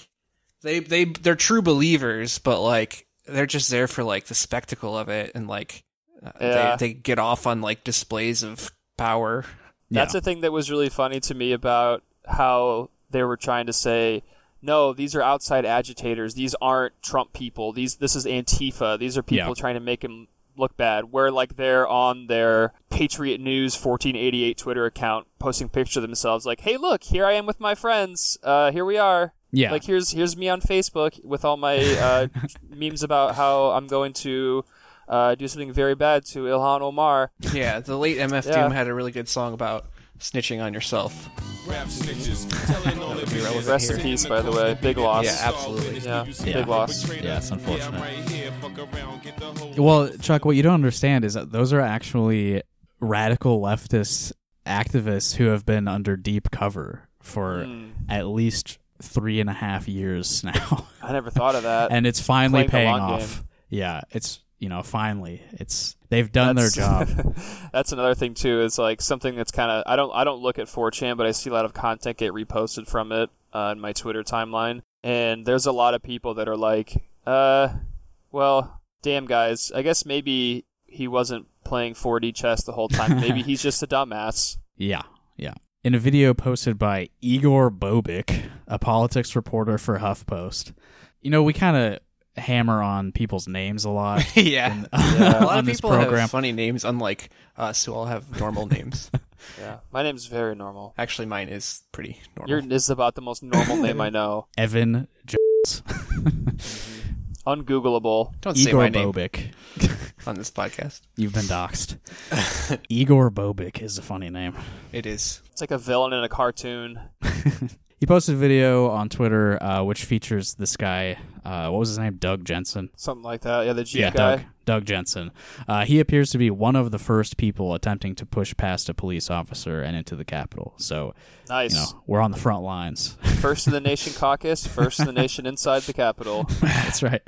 Speaker 4: they they they're true believers, but like they're just there for like the spectacle of it, and like uh,
Speaker 3: Yeah.
Speaker 4: they they get off on like displays of power.
Speaker 3: That's the thing that was really funny to me about how they were trying to say, no, these are outside agitators. These aren't Trump people. These this is Antifa. These are people
Speaker 2: Yeah.
Speaker 3: trying to make him look bad, where like they're on their Patriot News 1488 Twitter account posting pictures of themselves, like, "Hey, look, here I am with my friends. Uh, here we are."
Speaker 2: Yeah.
Speaker 3: Like here's here's me on Facebook with all my uh, memes about how I'm going to uh, do something very bad to Ilhan Omar.
Speaker 4: Yeah, the late MF
Speaker 3: Yeah.
Speaker 4: Doom had a really good song about snitching on yourself.
Speaker 5: Rap snitches, telling all the business.
Speaker 3: Rest in peace, by the way. Big loss.
Speaker 4: Yeah, absolutely.
Speaker 3: Yeah,
Speaker 2: Yeah.
Speaker 3: big loss.
Speaker 2: Yeah, it's unfortunate.
Speaker 5: Yeah, I'm right here, fuck around, get the whole
Speaker 2: Well, Chuck, what you don't understand is that those are actually radical leftist activists who have been under deep cover for
Speaker 3: Hmm.
Speaker 2: at least three and a half years now.
Speaker 3: I never thought of that.
Speaker 2: and it's finally
Speaker 3: Playing the
Speaker 2: paying
Speaker 3: long
Speaker 2: off. Yeah, it's you know, finally. It's they've done their
Speaker 3: That's-
Speaker 2: job.
Speaker 3: that's another thing too. Is like something that's kind of I don't I don't look at 4chan, but I see a lot of content get reposted from it uh, in my Twitter timeline, and there's a lot of people that are like, uh, well, damn guys, I guess maybe he wasn't playing 4D chess the whole time. Maybe he's just a dumbass.
Speaker 2: Yeah, yeah. In a video posted by Igor Bobic, a politics reporter for HuffPost. You know, we kind of hammer on people's names a lot. yeah.
Speaker 4: yeah. A lot
Speaker 2: Uh, on
Speaker 4: of
Speaker 2: this
Speaker 4: people
Speaker 2: program.
Speaker 4: have funny names, unlike us who all have normal names.
Speaker 3: Yeah, my name's very normal.
Speaker 4: Actually, mine is pretty normal.
Speaker 3: Your is about the most normal name I know.
Speaker 2: Evan J-
Speaker 3: Ungoogleable.
Speaker 4: Don't say
Speaker 2: Igor
Speaker 4: my name
Speaker 2: Bobic.
Speaker 4: on this podcast.
Speaker 2: You've been doxxed. Igor Bobic is a funny name.
Speaker 4: It is.
Speaker 3: It's like a villain in a cartoon.
Speaker 2: He posted a video on Twitter uh, which features this guy. Uh, what was his name? Doug Jensen.
Speaker 3: Something like that. Yeah, the Jeep
Speaker 2: yeah,
Speaker 3: guy.
Speaker 2: Doug. Doug Jensen. Uh, he appears to be one of the first people attempting to push past a police officer and into the Capitol. So,
Speaker 3: Nice.
Speaker 2: you know, we're on the front lines.
Speaker 3: First in the nation caucus, first in the nation inside the Capitol.
Speaker 2: That's right.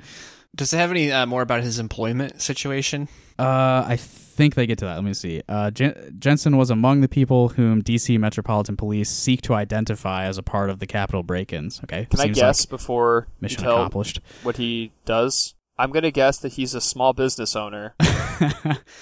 Speaker 4: Does it have any uh, more about his employment situation?
Speaker 2: Uh, I think they get to that. Let me see. Uh, Jen- Jensen was among the people whom D.C. Metropolitan Police seek to identify as a part of the Capitol break-ins. Okay,
Speaker 3: Can I
Speaker 2: Seems
Speaker 3: guess
Speaker 2: Like
Speaker 3: before you
Speaker 2: mission
Speaker 3: tell
Speaker 2: accomplished.
Speaker 3: what he does? I'm gonna guess that he's a small business owner.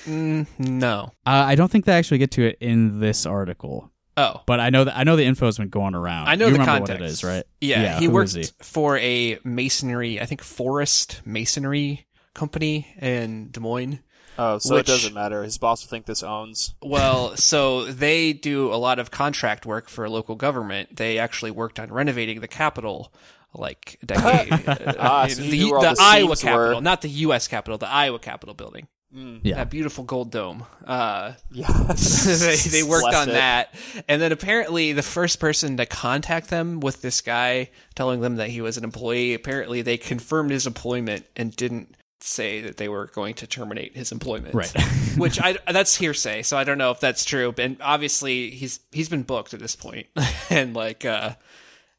Speaker 4: Mm, no.
Speaker 2: Uh, I don't think they actually get to it in this article,
Speaker 4: Oh.
Speaker 2: but I know that I know the info's been going around.
Speaker 4: I know
Speaker 2: You
Speaker 4: the
Speaker 2: remember
Speaker 4: context.
Speaker 2: what it is, right?
Speaker 4: Yeah, he
Speaker 2: who
Speaker 4: worked
Speaker 2: is he?
Speaker 4: for a masonry, I think forest masonry company in Des Moines.
Speaker 3: Oh, so
Speaker 4: Which-
Speaker 3: it doesn't matter. His boss will think this owns.
Speaker 4: Well, so they do a lot of contract work for local government. They actually worked on renovating the Capitol like a decade.
Speaker 3: Ah,
Speaker 4: the
Speaker 3: so you knew where all
Speaker 4: the
Speaker 3: the
Speaker 4: Iowa
Speaker 3: seams
Speaker 4: Capitol,
Speaker 3: were.
Speaker 4: not the U.S. Capitol, the Iowa Capitol building.
Speaker 2: Yeah.
Speaker 4: That beautiful gold dome. Uh,
Speaker 3: Yeah,
Speaker 4: they, they worked
Speaker 3: Bless
Speaker 4: on
Speaker 3: it.
Speaker 4: that. And then apparently, the first person to contact them with this guy telling them that he was an employee, apparently they confirmed his employment and didn't say that they were going to terminate his employment.
Speaker 2: Right.
Speaker 4: Which I that's hearsay, so I don't know if that's true. And obviously, he's he's been booked at this point, and like uh,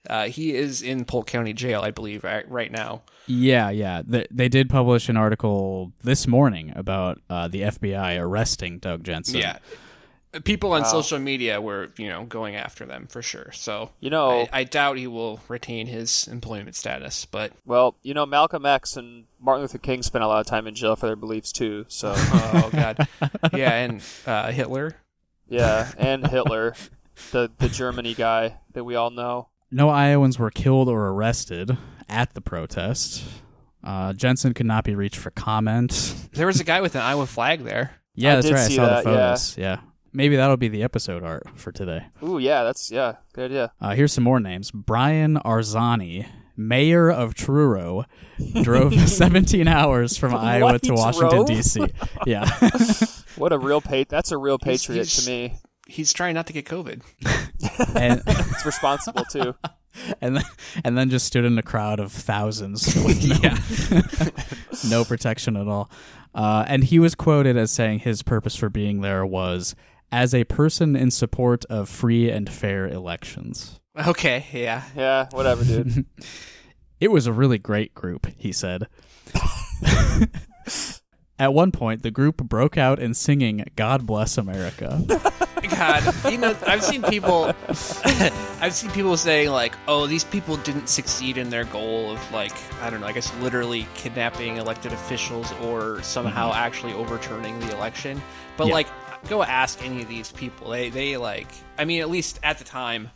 Speaker 4: uh, he is in Polk County Jail, I believe, right, right now.
Speaker 2: Yeah, yeah. They, they did publish an article this morning about uh, the FBI arresting Doug Jensen.
Speaker 4: yeah. People on social media were, you know, going after them for sure. So
Speaker 3: You know-
Speaker 4: I, I doubt he will retain his employment status. But
Speaker 3: Well, you know, Malcolm X and Martin Luther King spent a lot of time in jail for their beliefs too. So
Speaker 4: oh god, yeah, and uh, Hitler.
Speaker 3: yeah, and Hitler, the the Germany guy that we all know.
Speaker 2: No Iowans were killed or arrested at the protest. Uh, Jensen could not be reached for comment.
Speaker 4: There was a guy with an Iowa flag there.
Speaker 2: Yeah,
Speaker 3: I
Speaker 2: that's
Speaker 3: did
Speaker 2: right. I
Speaker 3: see
Speaker 2: saw the
Speaker 3: that, yeah.
Speaker 2: photos. Yeah. Maybe that'll be the episode art for today.
Speaker 3: Ooh, yeah, that's yeah, good idea.
Speaker 2: Uh, here's some more names. Brian Arzani, mayor of Truro, drove 17 hours from Iowa
Speaker 3: What?
Speaker 2: to
Speaker 3: He
Speaker 2: Washington,
Speaker 3: drove?
Speaker 2: D.C. Yeah.
Speaker 3: What a real pa- That's a real
Speaker 4: He's-
Speaker 3: patriot
Speaker 4: he's-
Speaker 3: to me.
Speaker 4: He's trying not to get COVID.
Speaker 2: and,
Speaker 3: It's responsible too.
Speaker 2: and, then, and then just stood in a crowd of thousands with no, no protection at all. Uh, and he was quoted as saying his purpose for being there was as a person in support of free and fair elections.
Speaker 4: Okay, yeah.
Speaker 3: Yeah, whatever, dude.
Speaker 2: It was a really great group, he said. At one point, the group broke out in singing God Bless America.
Speaker 4: God, you know, I've seen people, I've seen people saying like, "Oh, these people didn't succeed in their goal of like, I don't know, I guess literally kidnapping elected officials or somehow actually overturning the election." But
Speaker 2: Yeah.
Speaker 4: like, go ask any of these people. They they like, I mean, at least at the time,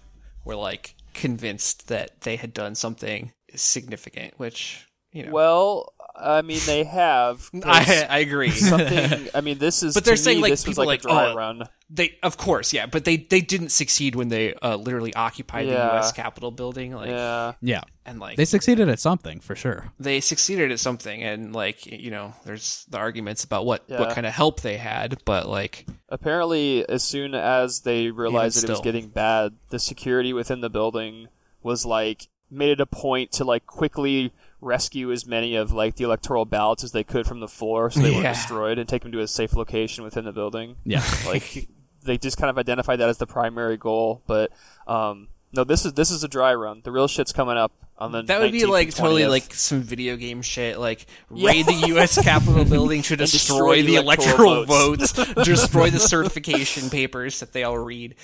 Speaker 4: were like convinced that they had done something significant, which you know,
Speaker 3: well, I mean, they have. 'cause
Speaker 4: I, I agree.
Speaker 3: something. I mean, this is.
Speaker 4: But they're
Speaker 3: to
Speaker 4: saying,
Speaker 3: me,
Speaker 4: like,
Speaker 3: this was
Speaker 4: people
Speaker 3: like, a
Speaker 4: like,
Speaker 3: dry
Speaker 4: oh,
Speaker 3: run.
Speaker 4: they, of course, yeah, but they they didn't succeed when they uh, literally occupied
Speaker 3: Yeah.
Speaker 4: the U.S. Capitol building, like,
Speaker 3: Yeah,
Speaker 2: Yeah.
Speaker 4: and like
Speaker 2: They succeeded at something for sure.
Speaker 4: they succeeded at something, and like you know, there's the arguments about what what
Speaker 3: Yeah.
Speaker 4: kind of help they had, but like
Speaker 3: Apparently, as soon as they realized
Speaker 4: Even
Speaker 3: that it was
Speaker 4: still.
Speaker 3: getting bad, the security within the building was like made it a point to like quickly rescue as many of like the electoral ballots as they could from the floor, so they
Speaker 4: Yeah.
Speaker 3: weren't destroyed, and take them to a safe location within the building.
Speaker 2: Yeah.
Speaker 3: Like they just kind of identified that as the primary goal, but um, no, this is this is a dry run. The real shit's coming up on the.
Speaker 4: that would
Speaker 3: 19th
Speaker 4: be
Speaker 3: and
Speaker 4: like totally
Speaker 3: 20th.
Speaker 4: like some video game shit, like
Speaker 3: Yeah.
Speaker 4: raid the U.S. Capitol building to destroy,
Speaker 3: destroy
Speaker 4: the
Speaker 3: the
Speaker 4: electoral,
Speaker 3: electoral
Speaker 4: votes, destroy the certification papers that they all read.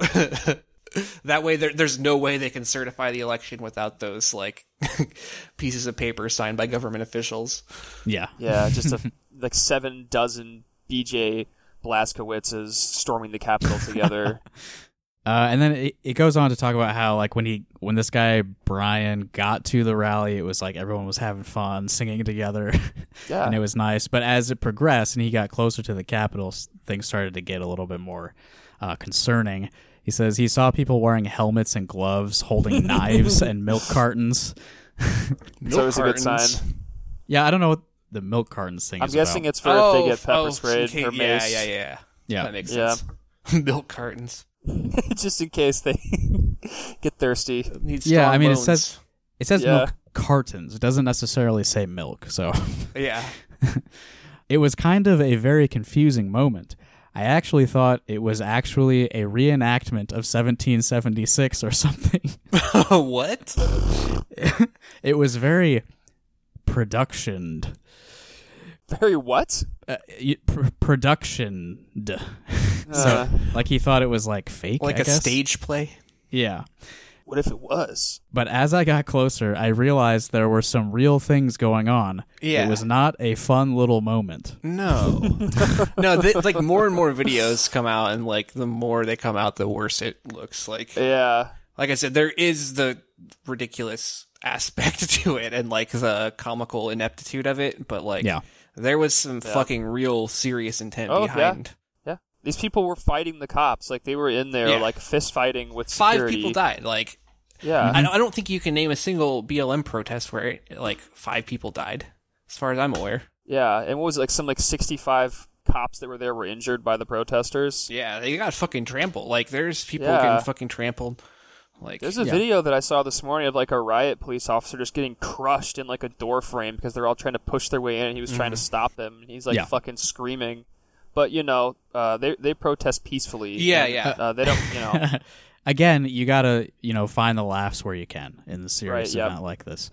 Speaker 4: that way, there, there's no way they can certify the election without those like pieces of paper signed by government officials.
Speaker 2: Yeah.
Speaker 3: Yeah, just a, like seven dozen BJ Blazkowiczes storming the Capitol together.
Speaker 2: Uh, and then it, it goes on to talk about how like when he when this guy Brian got to the rally, it was like everyone was having fun singing together,
Speaker 3: Yeah.
Speaker 2: and it was nice. But as it progressed and he got closer to the Capitol, s- things started to get a little bit more uh, concerning. He says he saw people wearing helmets and gloves, holding knives and milk cartons.
Speaker 3: It's always a good
Speaker 4: cartons.
Speaker 3: sign.
Speaker 2: Yeah, I don't know what the milk cartons thing
Speaker 3: I'm
Speaker 2: is.
Speaker 3: guessing
Speaker 2: about.
Speaker 3: it's for if they get
Speaker 4: oh,
Speaker 3: pepper sprayed
Speaker 4: okay,
Speaker 3: or mace.
Speaker 4: Yeah, yeah, yeah.
Speaker 2: Yeah.
Speaker 4: That makes
Speaker 3: Yeah.
Speaker 4: sense. Milk cartons.
Speaker 3: just in case they get thirsty.
Speaker 4: Need
Speaker 2: Yeah,
Speaker 4: strong
Speaker 2: I mean, it
Speaker 4: bones.
Speaker 2: says- it says
Speaker 3: yeah.
Speaker 2: milk cartons. It doesn't necessarily say milk, so.
Speaker 4: Yeah.
Speaker 2: It was kind of a very confusing moment. I actually thought it was actually a reenactment of 1776 or something.
Speaker 4: what?
Speaker 2: It was very productioned.
Speaker 3: Very what?
Speaker 2: Uh, y- pr- productioned.
Speaker 3: Uh,
Speaker 2: so, like, he thought it was like fake.
Speaker 4: Like
Speaker 2: a
Speaker 4: a stage play?
Speaker 2: Yeah.
Speaker 3: what if it was?
Speaker 2: But as I got closer, I realized there were some real things going on.
Speaker 4: Yeah.
Speaker 2: It was not a fun little moment.
Speaker 4: No, no. Th- like more and more videos come out, and like the more they come out, the worse it looks. Like,
Speaker 3: Yeah.
Speaker 4: like I said, there is the ridiculous aspect to it, and like the comical ineptitude of it. But like,
Speaker 2: Yeah.
Speaker 4: there was some fucking real serious intent
Speaker 3: Oh, yeah.
Speaker 4: behind.
Speaker 3: Yeah. These people were fighting the cops. Like they were in there
Speaker 4: Yeah.
Speaker 3: like fist fighting with
Speaker 4: Five
Speaker 3: security. Uh-huh.
Speaker 4: people died. Like,
Speaker 3: Yeah.
Speaker 4: I don't, I don't think you can name a single BLM protest where like five people died, as far as I'm aware.
Speaker 3: Yeah. And what was it, like some like 65 cops that were there were injured by the protesters?
Speaker 4: Yeah, they got fucking trampled. Like, there's people
Speaker 3: Yeah.
Speaker 4: getting fucking trampled. Like,
Speaker 3: There's a video that I saw this morning of like a riot police officer just getting crushed in like a door frame because they're all trying to push their way in and he was
Speaker 4: Mm-hmm.
Speaker 3: trying to stop them. And he's like
Speaker 2: Yeah.
Speaker 3: fucking screaming. But you know, uh, they they protest peacefully.
Speaker 4: Yeah,
Speaker 3: and,
Speaker 4: yeah.
Speaker 3: Uh, they don't, you know.
Speaker 2: again, you gotta you know find the laughs where you can in the serious
Speaker 3: Right, yep.
Speaker 2: event like this.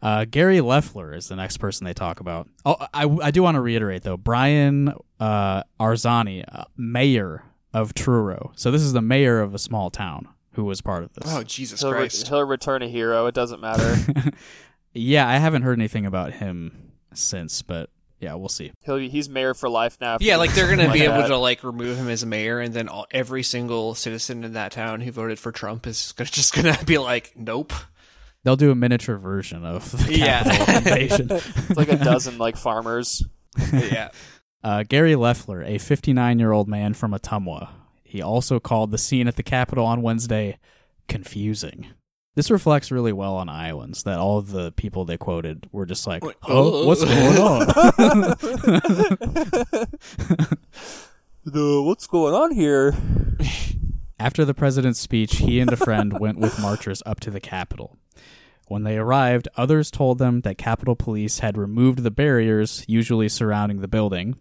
Speaker 2: Uh, Gary Leffler is the next person they talk about. Oh, I, I do want to reiterate though, Brian uh, Arzani, uh, mayor of Truro. So this is the mayor of a small town who was part of this.
Speaker 4: oh Jesus
Speaker 3: he'll, re-
Speaker 4: Christ!
Speaker 3: he'll return a hero. It doesn't matter.
Speaker 2: Yeah, I haven't heard anything about him since, but yeah, we'll see.
Speaker 3: he'll be, he's mayor for life now.
Speaker 4: Yeah, like they're gonna
Speaker 3: Like
Speaker 4: be able
Speaker 3: that.
Speaker 4: to like remove him as mayor, and then all, every single citizen in that town who voted for Trump is gonna, just gonna be like, nope.
Speaker 2: They'll do a miniature version of the
Speaker 4: Yeah.
Speaker 2: Capitol invasion.
Speaker 3: It's like a dozen like farmers.
Speaker 4: yeah,
Speaker 2: Uh, Gary Leffler, a 59 year old man from Ottumwa, he also called the scene at the Capitol on Wednesday confusing. This reflects really well on Iowans that all of the people they quoted were just like,
Speaker 4: Wait,
Speaker 2: oh,
Speaker 4: oh.
Speaker 2: what's going on?
Speaker 3: The, what's going on here?
Speaker 2: After the president's speech, he and a friend went with marchers up to the Capitol. When they arrived, others told them that Capitol Police had removed the barriers usually surrounding the building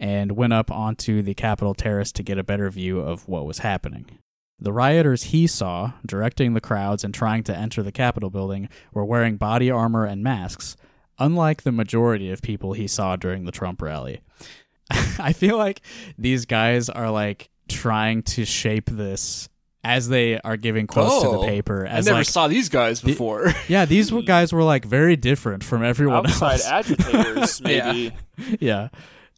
Speaker 2: and went up onto the Capitol Terrace to get a better view of what was happening. The rioters he saw, directing the crowds and trying to enter the Capitol building, were wearing body armor and masks, unlike the majority of people he saw during the Trump rally. I feel like these guys are like trying to shape this as they are giving quotes to the paper.
Speaker 4: Oh, I
Speaker 2: As
Speaker 4: never
Speaker 2: like,
Speaker 4: saw these guys before.
Speaker 2: yeah, these were- guys were like very different from everyone
Speaker 3: Outside
Speaker 2: else.
Speaker 3: agitators, maybe.
Speaker 2: yeah,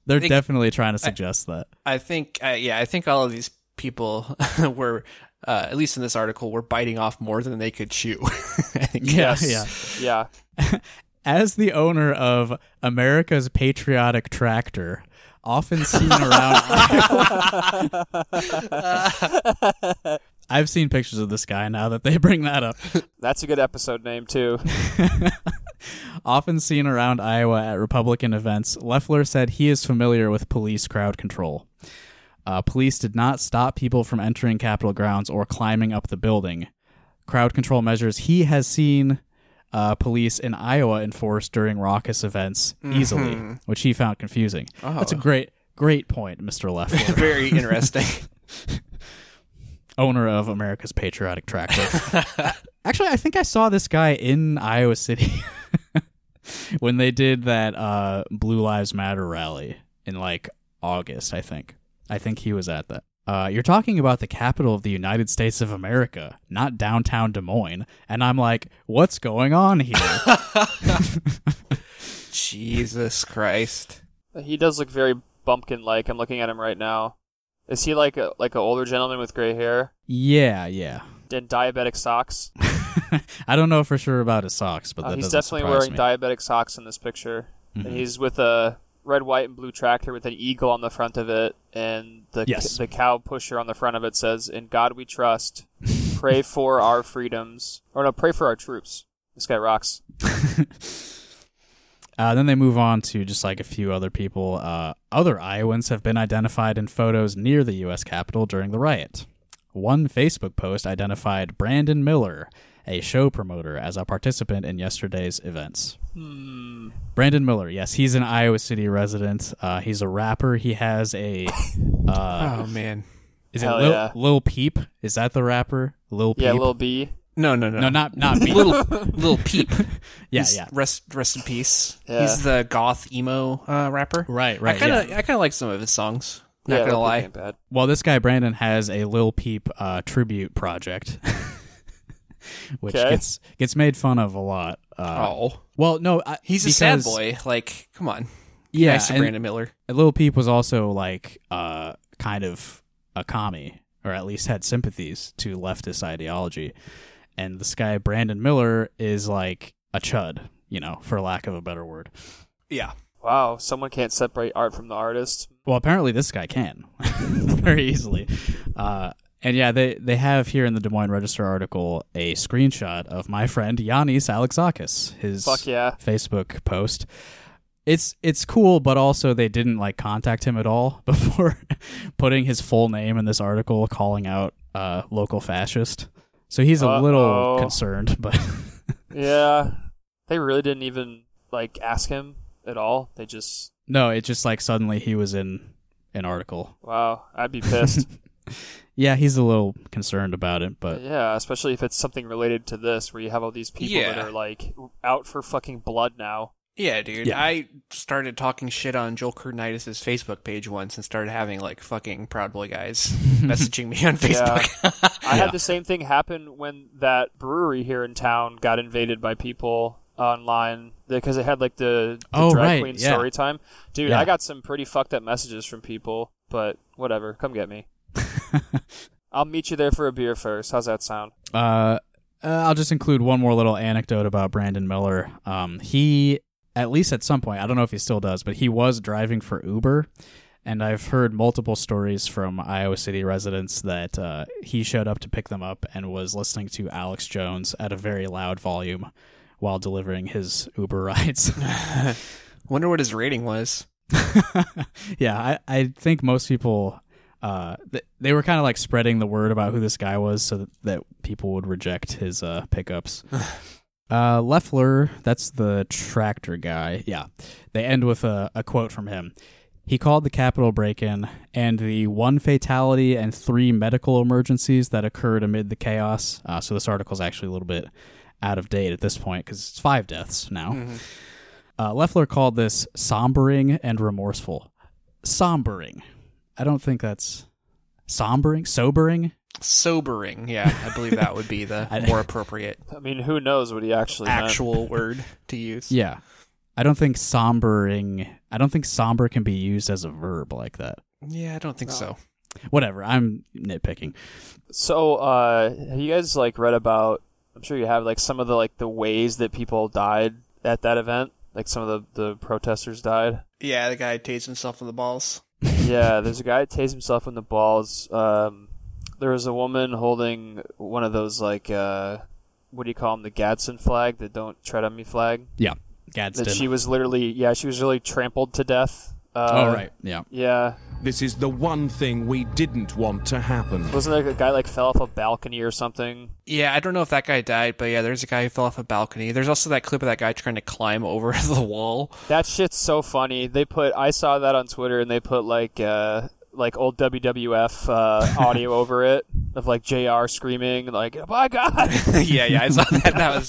Speaker 2: they're
Speaker 4: think-
Speaker 2: definitely trying to suggest that.
Speaker 4: I think, uh, yeah, I think all of these people were, uh, at least in this article, were biting off more than they could chew. I think
Speaker 2: Yeah,
Speaker 3: Yes. Yeah.
Speaker 2: as the owner of America's Patriotic Tractor, often seen around. I've seen pictures of this guy now that they bring that up.
Speaker 3: That's a good episode name too.
Speaker 2: Often seen around Iowa at Republican events, Leffler said he is familiar with police crowd control. Uh, police did not stop people from entering Capitol grounds or climbing up the building. Crowd control measures he has seen uh, police in Iowa enforce during raucous events easily, which he found confusing. That's a great, great point, Mr. Leffler,
Speaker 4: Very interesting.
Speaker 2: owner of America's Patriotic Tractor. Actually, I think I saw this guy in Iowa City when they did that uh, Blue Lives Matter rally in like August, I think. I think he was at that. Uh, you're talking about the capital of the United States of America, not downtown Des Moines. And I'm like, what's going on here?
Speaker 4: Jesus Christ.
Speaker 3: He does look very bumpkin like. I'm looking at him right now. Is he like a like an older gentleman with gray hair
Speaker 2: yeah, yeah.
Speaker 3: and diabetic socks?
Speaker 2: I don't know for sure about his socks, but
Speaker 3: Uh,
Speaker 2: that
Speaker 3: he's
Speaker 2: doesn't
Speaker 3: definitely
Speaker 2: surprise
Speaker 3: wearing
Speaker 2: me. Mm-hmm.
Speaker 3: diabetic socks in this picture, and he's with a red, white, and blue tractor with an eagle on the front of it, and the
Speaker 2: Yes.
Speaker 3: the cow pusher on the front of it says, "In God we trust, pray for our freedoms, or no, pray for our troops." This guy rocks.
Speaker 2: Uh, then they move on to just like a few other people. Uh, other Iowans have been identified in photos near the U.S. Capitol during the riot. One Facebook post identified Brandon Miller, a show promoter, as a participant in yesterday's events. Brandon Miller, yes, he's an Iowa City resident. Uh, he's a rapper. He has a Uh,
Speaker 4: oh man.
Speaker 2: is it
Speaker 3: Hell
Speaker 2: Lil,
Speaker 3: yeah.
Speaker 2: Lil Peep? Is that the rapper? Lil Peep?
Speaker 3: Yeah, little B.
Speaker 4: No, no, no.
Speaker 2: no, not not Peep.
Speaker 4: little little peep.
Speaker 2: yeah,
Speaker 4: He's-
Speaker 2: yeah.
Speaker 4: Rest rest in peace.
Speaker 3: Yeah.
Speaker 4: He's the goth emo uh, rapper.
Speaker 2: Right, right,
Speaker 4: I kind of I kind of like some of his songs. Not
Speaker 3: yeah,
Speaker 4: gonna
Speaker 3: Lil Peep
Speaker 4: lie.
Speaker 3: ain't bad.
Speaker 2: Well, this guy Brandon has a Lil Peep uh, tribute project, which
Speaker 3: Okay.
Speaker 2: gets gets made fun of a lot. Uh,
Speaker 4: Oh,
Speaker 2: Well, no, I,
Speaker 4: he's a sad
Speaker 2: because-
Speaker 4: boy. Like, come on. Be
Speaker 2: Yeah,
Speaker 4: nice to
Speaker 2: and
Speaker 4: Brandon Miller.
Speaker 2: Lil Peep was also like uh, kind of a commie, or at least had sympathies to leftist ideology. And this guy Brandon Miller is like a chud, you know, for lack of a better word.
Speaker 4: Yeah.
Speaker 3: Wow, someone can't separate art from the artist.
Speaker 2: Well, apparently this guy can very easily. Uh, and yeah, they, they have here in the Des Moines Register article a screenshot of my friend Yannis Alexakis, his
Speaker 3: Fuck yeah.
Speaker 2: Facebook post. It's it's cool, but also they didn't like contact him at all before putting his full name in this article, calling out uh, local fascist. So he's a little
Speaker 3: Uh-oh.
Speaker 2: concerned, but
Speaker 3: Yeah, they really didn't even like ask him at all. They just
Speaker 2: no, it just like suddenly he was in an article.
Speaker 3: wow, I'd be pissed.
Speaker 2: Yeah, he's a little concerned about it, but
Speaker 3: Yeah, especially if it's something related to this, where you have all these people that
Speaker 4: Yeah.
Speaker 3: are like out for fucking blood now.
Speaker 4: Yeah, dude.
Speaker 2: Yeah.
Speaker 4: I started talking shit on Joel Curtinitis' Facebook page once and started having like fucking Proud Boy guys messaging me on Facebook.
Speaker 3: I had the same thing happen when that brewery here in town got invaded by people online because they had like the, the
Speaker 2: Oh,
Speaker 3: drag
Speaker 2: right,
Speaker 3: queen
Speaker 2: yeah.
Speaker 3: story time. Dude,
Speaker 2: Yeah.
Speaker 3: I got some pretty fucked up messages from people, but whatever. Come get me. I'll meet you there for a beer first. How's that sound?
Speaker 2: Uh, uh, I'll just include one more little anecdote about Brandon Miller. Um, he, at least at some point, I don't know if he still does, but he was driving for Uber. And I've heard multiple stories from Iowa City residents that uh, he showed up to pick them up and was listening to Alex Jones at a very loud volume while delivering his Uber rides.
Speaker 4: Wonder what his rating was.
Speaker 2: yeah, I, I think most people, uh, th- they were kind of like spreading the word about who this guy was so that, that people would reject his uh, pickups. uh, Leffler, that's the tractor guy. Yeah. They end with a, a quote from him. He called the Capitol break in and the one fatality and three medical emergencies that occurred amid the chaos. Uh, so this article's actually a little bit out of date at this point because it's five deaths now. Uh, Leffler called this sombering and remorseful. Sombering. I don't think that's sombering, sobering.
Speaker 4: Sobering. Yeah, I believe that would be the more appropriate
Speaker 3: I mean, who knows what he actually meant.
Speaker 4: actual word to use.
Speaker 2: Yeah, I don't think sombering. I don't think somber can be used as a verb like that.
Speaker 4: Yeah, I don't think so.
Speaker 2: Whatever. I'm nitpicking.
Speaker 3: So, uh, have you guys like read about? I'm sure you have like some of the like the ways that people died at that event. Like some of the, the protesters died.
Speaker 4: Yeah, the guy tased himself in the balls.
Speaker 3: yeah, there's a guy that tased himself in the balls. Um, there was a woman holding one of those like uh, what do you call them? The Gadsden flag, the "Don't Tread on Me" flag.
Speaker 2: Yeah,
Speaker 3: That
Speaker 2: Gadsden.
Speaker 3: she was literally, yeah, she was really trampled to death. Uh,
Speaker 2: oh right, yeah.
Speaker 3: Yeah,
Speaker 6: This is the one thing we didn't want to happen.
Speaker 3: wasn't there a guy like fell off a balcony or something?
Speaker 4: Yeah, I don't know if that guy died, but yeah, there's a guy who fell off a balcony. There's also that clip of that guy trying to climb over the wall.
Speaker 3: That shit's so funny. They put I saw that on Twitter and they put like uh like old WWF uh, audio over it of like JR screaming like oh my god
Speaker 4: yeah, yeah, I saw that. That was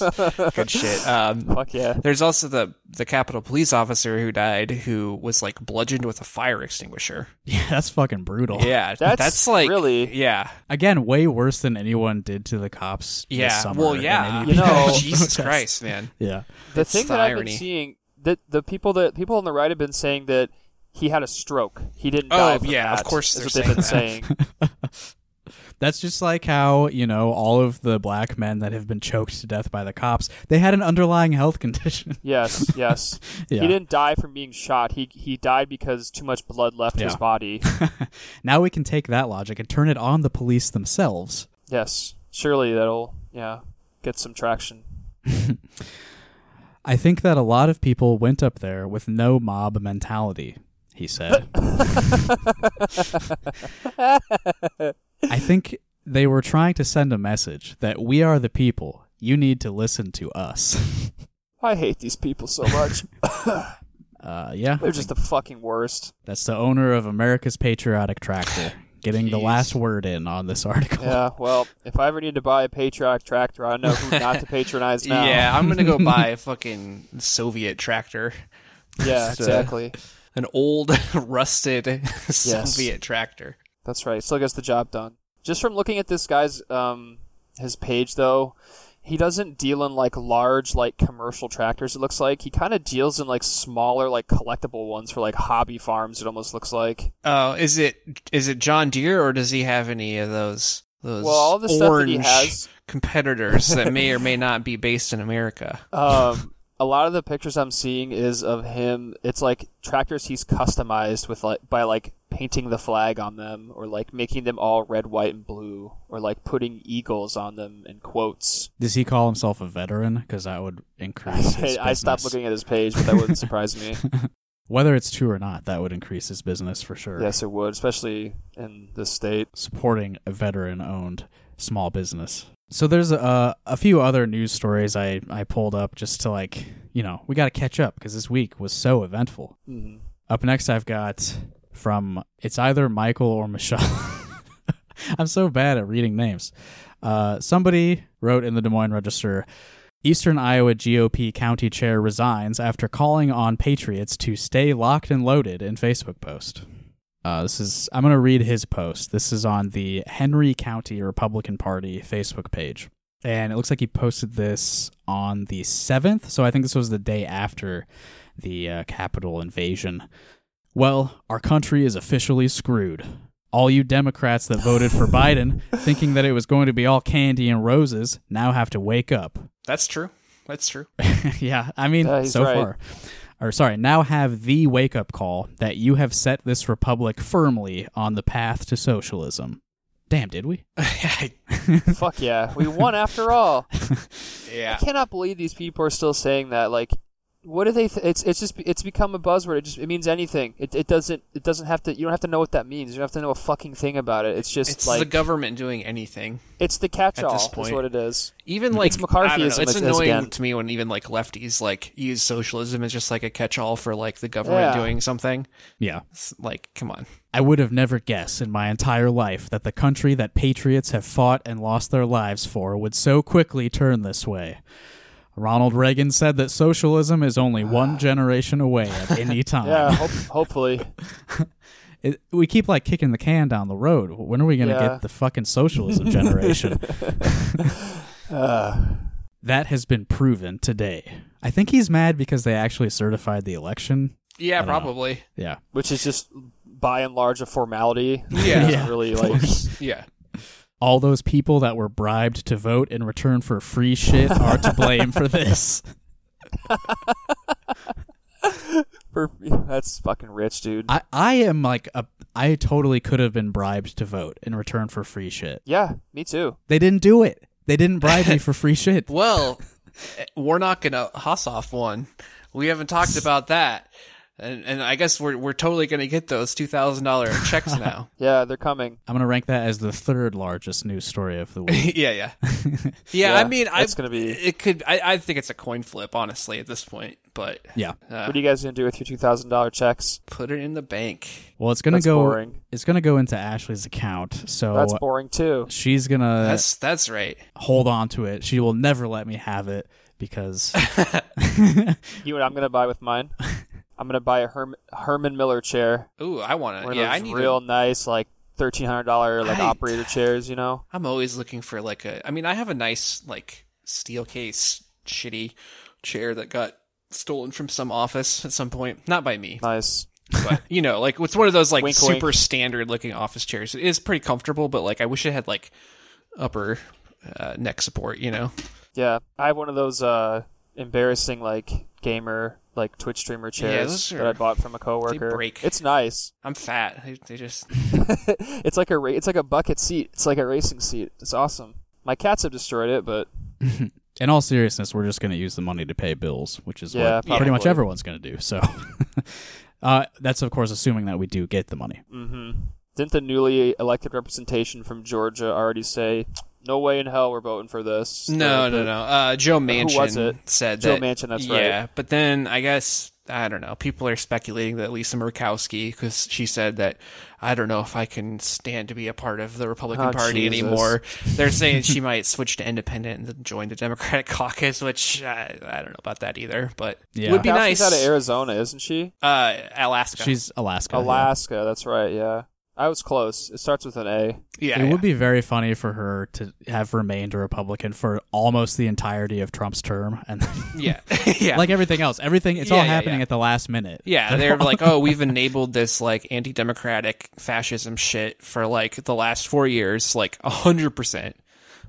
Speaker 4: good shit. Um,
Speaker 3: fuck yeah
Speaker 4: there's also the the Capitol police officer who died, who was like bludgeoned with a fire extinguisher.
Speaker 2: Yeah, that's fucking brutal.
Speaker 4: Yeah,
Speaker 3: That's
Speaker 4: Oh, that's, like
Speaker 3: really-
Speaker 4: yeah,
Speaker 2: Again, way worse than anyone did to the cops. this
Speaker 4: yeah.
Speaker 2: summer
Speaker 4: Well,
Speaker 2: in
Speaker 4: yeah,
Speaker 2: any-
Speaker 3: You know-
Speaker 4: E Jesus Christ, man.
Speaker 2: yeah.
Speaker 3: the
Speaker 4: It's
Speaker 3: thing
Speaker 4: the
Speaker 3: that I've
Speaker 4: irony.
Speaker 3: been seeing that the people that people on the right have been saying that he had a stroke he didn't
Speaker 4: Oh,
Speaker 3: die from
Speaker 4: yeah, of
Speaker 3: that,
Speaker 4: course
Speaker 3: is
Speaker 4: they're
Speaker 3: what they've been
Speaker 4: saying
Speaker 3: saying
Speaker 2: That's just like how, you know, all of the black men that have been choked to death by the cops, they had an underlying health condition.
Speaker 3: yes yes
Speaker 2: Yeah.
Speaker 3: he didn't die from being shot he he died because too much blood left his
Speaker 2: Yeah.
Speaker 3: body
Speaker 2: Now we can take that logic and turn it on the police themselves.
Speaker 3: yes surely that'll yeah get some traction
Speaker 2: I think that a lot of people went up there with no mob mentality, he said. I think they were trying to send a message that we are the people. You need to listen to us.
Speaker 3: I hate these people so much.
Speaker 2: Uh, yeah.
Speaker 3: They're just the fucking worst.
Speaker 2: That's the owner of America's Patriotic Tractor getting the
Speaker 4: Jeez.
Speaker 2: last word in on this article.
Speaker 3: Yeah, well, if I ever need to buy a Patriot tractor, I know who not to patronize now.
Speaker 4: Yeah, I'm gonna go buy a fucking Soviet tractor,
Speaker 3: Yeah, exactly.
Speaker 4: an old rusted Soviet tractor.
Speaker 3: That's right. Still gets the job done. Just from looking at this guy's um his page though, he doesn't deal in like large like commercial tractors. It looks like he kind of deals in like smaller like collectible ones for like hobby farms. It almost looks like.
Speaker 4: Oh, is it is it John Deere or does he have any of those those
Speaker 3: Well, all the stuff that
Speaker 4: orange
Speaker 3: he has-
Speaker 4: competitors that may or may not be based in America?
Speaker 3: Um, a lot of the pictures I'm seeing is of him. It's like tractors he's customized with, like by like painting the flag on them, or like making them all red, white, and blue, or like putting eagles on them and quotes.
Speaker 2: Does he call himself a veteran? Because that would increase his
Speaker 3: I, I stopped
Speaker 2: business.
Speaker 3: looking at his page, but that wouldn't surprise me.
Speaker 2: Whether it's true or not, that would increase his business for sure.
Speaker 3: Yes, it would, especially in this state.
Speaker 2: supporting a veteran owned small business. So there's uh, a few other news stories I, I pulled up just to like, you know, we got to catch up because this week was so eventful.
Speaker 3: hmm
Speaker 2: Up next, I've got from it's either Michael or Michelle. I'm so bad at reading names. Uh, somebody wrote in the Des Moines Register Eastern Iowa GOP county chair resigns after calling on patriots to stay locked and loaded in Facebook post. Uh, this is I'm going to read his post. This is on the Henry County Republican Party Facebook page. And it looks like he posted this on the 7th, so I think this was the day after the uh, Capitol invasion. Well, our country is officially screwed. All you Democrats that voted for Biden, thinking that it was going to be all candy and roses, now have to wake up.
Speaker 4: That's true. That's true.
Speaker 2: yeah, I mean,
Speaker 3: Yeah, he's
Speaker 2: so
Speaker 3: right.
Speaker 2: far. Or sorry, now have the wake up call that you have set this republic firmly on the path to socialism. Damn, did we?
Speaker 3: Fuck yeah, we won after all. I
Speaker 4: yeah.
Speaker 3: cannot believe these people are still saying that. Like, what do they? Th- it's it's just it's become a buzzword. It just it means anything. It, it doesn't it doesn't have to. You don't have to know what that means. You don't have to know a fucking thing about it. It's just
Speaker 4: It's
Speaker 3: like
Speaker 4: the government doing anything.
Speaker 3: it's the catch-all.
Speaker 4: at this
Speaker 3: Is
Speaker 4: point.
Speaker 3: what it is.
Speaker 4: Even like
Speaker 3: It's
Speaker 4: I don't know,
Speaker 3: McCarthyism
Speaker 4: it's
Speaker 3: is- is
Speaker 4: annoying
Speaker 3: again.
Speaker 4: to me when even like lefties like use socialism as just like a catch-all for like the government
Speaker 3: Yeah.
Speaker 4: doing something.
Speaker 2: Yeah.
Speaker 4: It's like, come on.
Speaker 2: I would have never guessed in my entire life that the country that patriots have fought and lost their lives for would so quickly turn this way. Ronald Reagan said that socialism is only one generation away at any time.
Speaker 3: Yeah, hope, hopefully.
Speaker 2: It, we keep like kicking the can down the road. When are we going to
Speaker 3: Yeah.
Speaker 2: get the fucking socialism generation?
Speaker 3: Uh.
Speaker 2: that has been proven today. I think he's mad because they actually certified the election.
Speaker 4: Yeah, probably.
Speaker 2: Yeah.
Speaker 3: Which is just by and large a formality.
Speaker 4: Yeah.
Speaker 3: It's really like
Speaker 4: Yeah.
Speaker 2: All those people that were bribed to vote in return for free shit are to blame for this.
Speaker 3: For- that's fucking rich, dude.
Speaker 2: I, I am like a I totally could have been bribed to vote in return for free shit.
Speaker 3: yeah, me too.
Speaker 2: They didn't do it. They didn't bribe me for free shit.
Speaker 4: Well, eh, Warnock and uh, Hassoff won. We haven't talked about that, and and I guess we're we're totally gonna get those two thousand dollar checks now.
Speaker 3: Yeah, they're coming.
Speaker 2: I'm gonna rank that as the third largest news story of the week.
Speaker 4: yeah, yeah, yeah, I mean, I,
Speaker 3: it's gonna be-
Speaker 4: It could. I, I think it's a coin flip, honestly, at this point. But
Speaker 2: yeah.
Speaker 4: Uh.
Speaker 3: What are you guys gonna do with your two thousand dollar checks?
Speaker 4: put it in the bank.
Speaker 2: Well, it's gonna
Speaker 3: That's
Speaker 2: go.
Speaker 3: boring.
Speaker 2: It's gonna go into Ashley's account, so
Speaker 3: That's boring too.
Speaker 2: she's gonna
Speaker 4: That's that's right.
Speaker 2: hold on to it. She will never let me have it because
Speaker 3: You know what I'm gonna buy with mine? I'm gonna buy a Herm- Herman Miller chair.
Speaker 4: Ooh, I
Speaker 3: One
Speaker 4: want to.
Speaker 3: of
Speaker 4: Yeah,
Speaker 3: those
Speaker 4: I need.
Speaker 3: real
Speaker 4: Real...
Speaker 3: nice, like thirteen hundred dollar like
Speaker 4: I-
Speaker 3: operator chairs. You know?
Speaker 4: i I'm always looking for like a. I mean, I have a nice like steel case shitty chair that got stolen from some office at some point. Not by me,
Speaker 3: Nice.
Speaker 4: but you know, like it's one of those like
Speaker 3: Wink,
Speaker 4: super
Speaker 3: wink.
Speaker 4: standard looking office chairs. It is pretty comfortable, but like I wish it had like upper uh, neck support. You know,
Speaker 3: Yeah, I have one of those uh embarrassing like gamer like Twitch streamer chairs
Speaker 4: those are-
Speaker 3: that I bought from a coworker.
Speaker 4: break.
Speaker 3: It's nice.
Speaker 4: I'm fat. They, they just
Speaker 3: It's like a ra- it's like a bucket seat. It's like a racing seat. It's awesome. My cats have destroyed it, but
Speaker 2: in all seriousness, we're just going to use the money to pay bills, which is
Speaker 3: Yeah,
Speaker 2: what pretty much
Speaker 3: probably.
Speaker 2: everyone's going to do. So uh, that's, of course, assuming that we do get the money.
Speaker 3: didn't the newly elected representation from Georgia already say, "No way in hell we're voting for this"?
Speaker 4: No,
Speaker 3: The-
Speaker 4: no, no. Uh, Joe Manchin
Speaker 3: was it?
Speaker 4: said
Speaker 3: Joe
Speaker 4: that.
Speaker 3: Manchin, that's
Speaker 4: yeah, Yeah, but then I guess I don't know. People are speculating that Lisa Murkowski, because she said that I don't know if I can stand to be a part of the Republican
Speaker 3: Oh,
Speaker 4: Party
Speaker 3: Jesus.
Speaker 4: anymore. They're saying she might switch to independent and join the Democratic Caucus, which I, I don't know about that either. But
Speaker 2: Yeah.
Speaker 4: it would be
Speaker 3: Daphne's
Speaker 4: nice.
Speaker 3: out of Arizona, isn't she?
Speaker 4: uh, Alaska.
Speaker 2: She's Alaska. yeah.
Speaker 3: Alaska. That's right. Yeah, I was close. It starts with an A.
Speaker 4: yeah,
Speaker 2: it
Speaker 4: yeah.
Speaker 2: would be very funny for her to have remained a Republican for almost the entirety of Trump's term, and
Speaker 4: yeah, yeah.
Speaker 2: like everything else, everything it's
Speaker 4: Yeah,
Speaker 2: all
Speaker 4: yeah,
Speaker 2: happening
Speaker 4: yeah.
Speaker 2: at the last minute.
Speaker 4: Yeah, they're like, oh, we've enabled this like anti-democratic fascism shit for like the last four years, like hundred percent,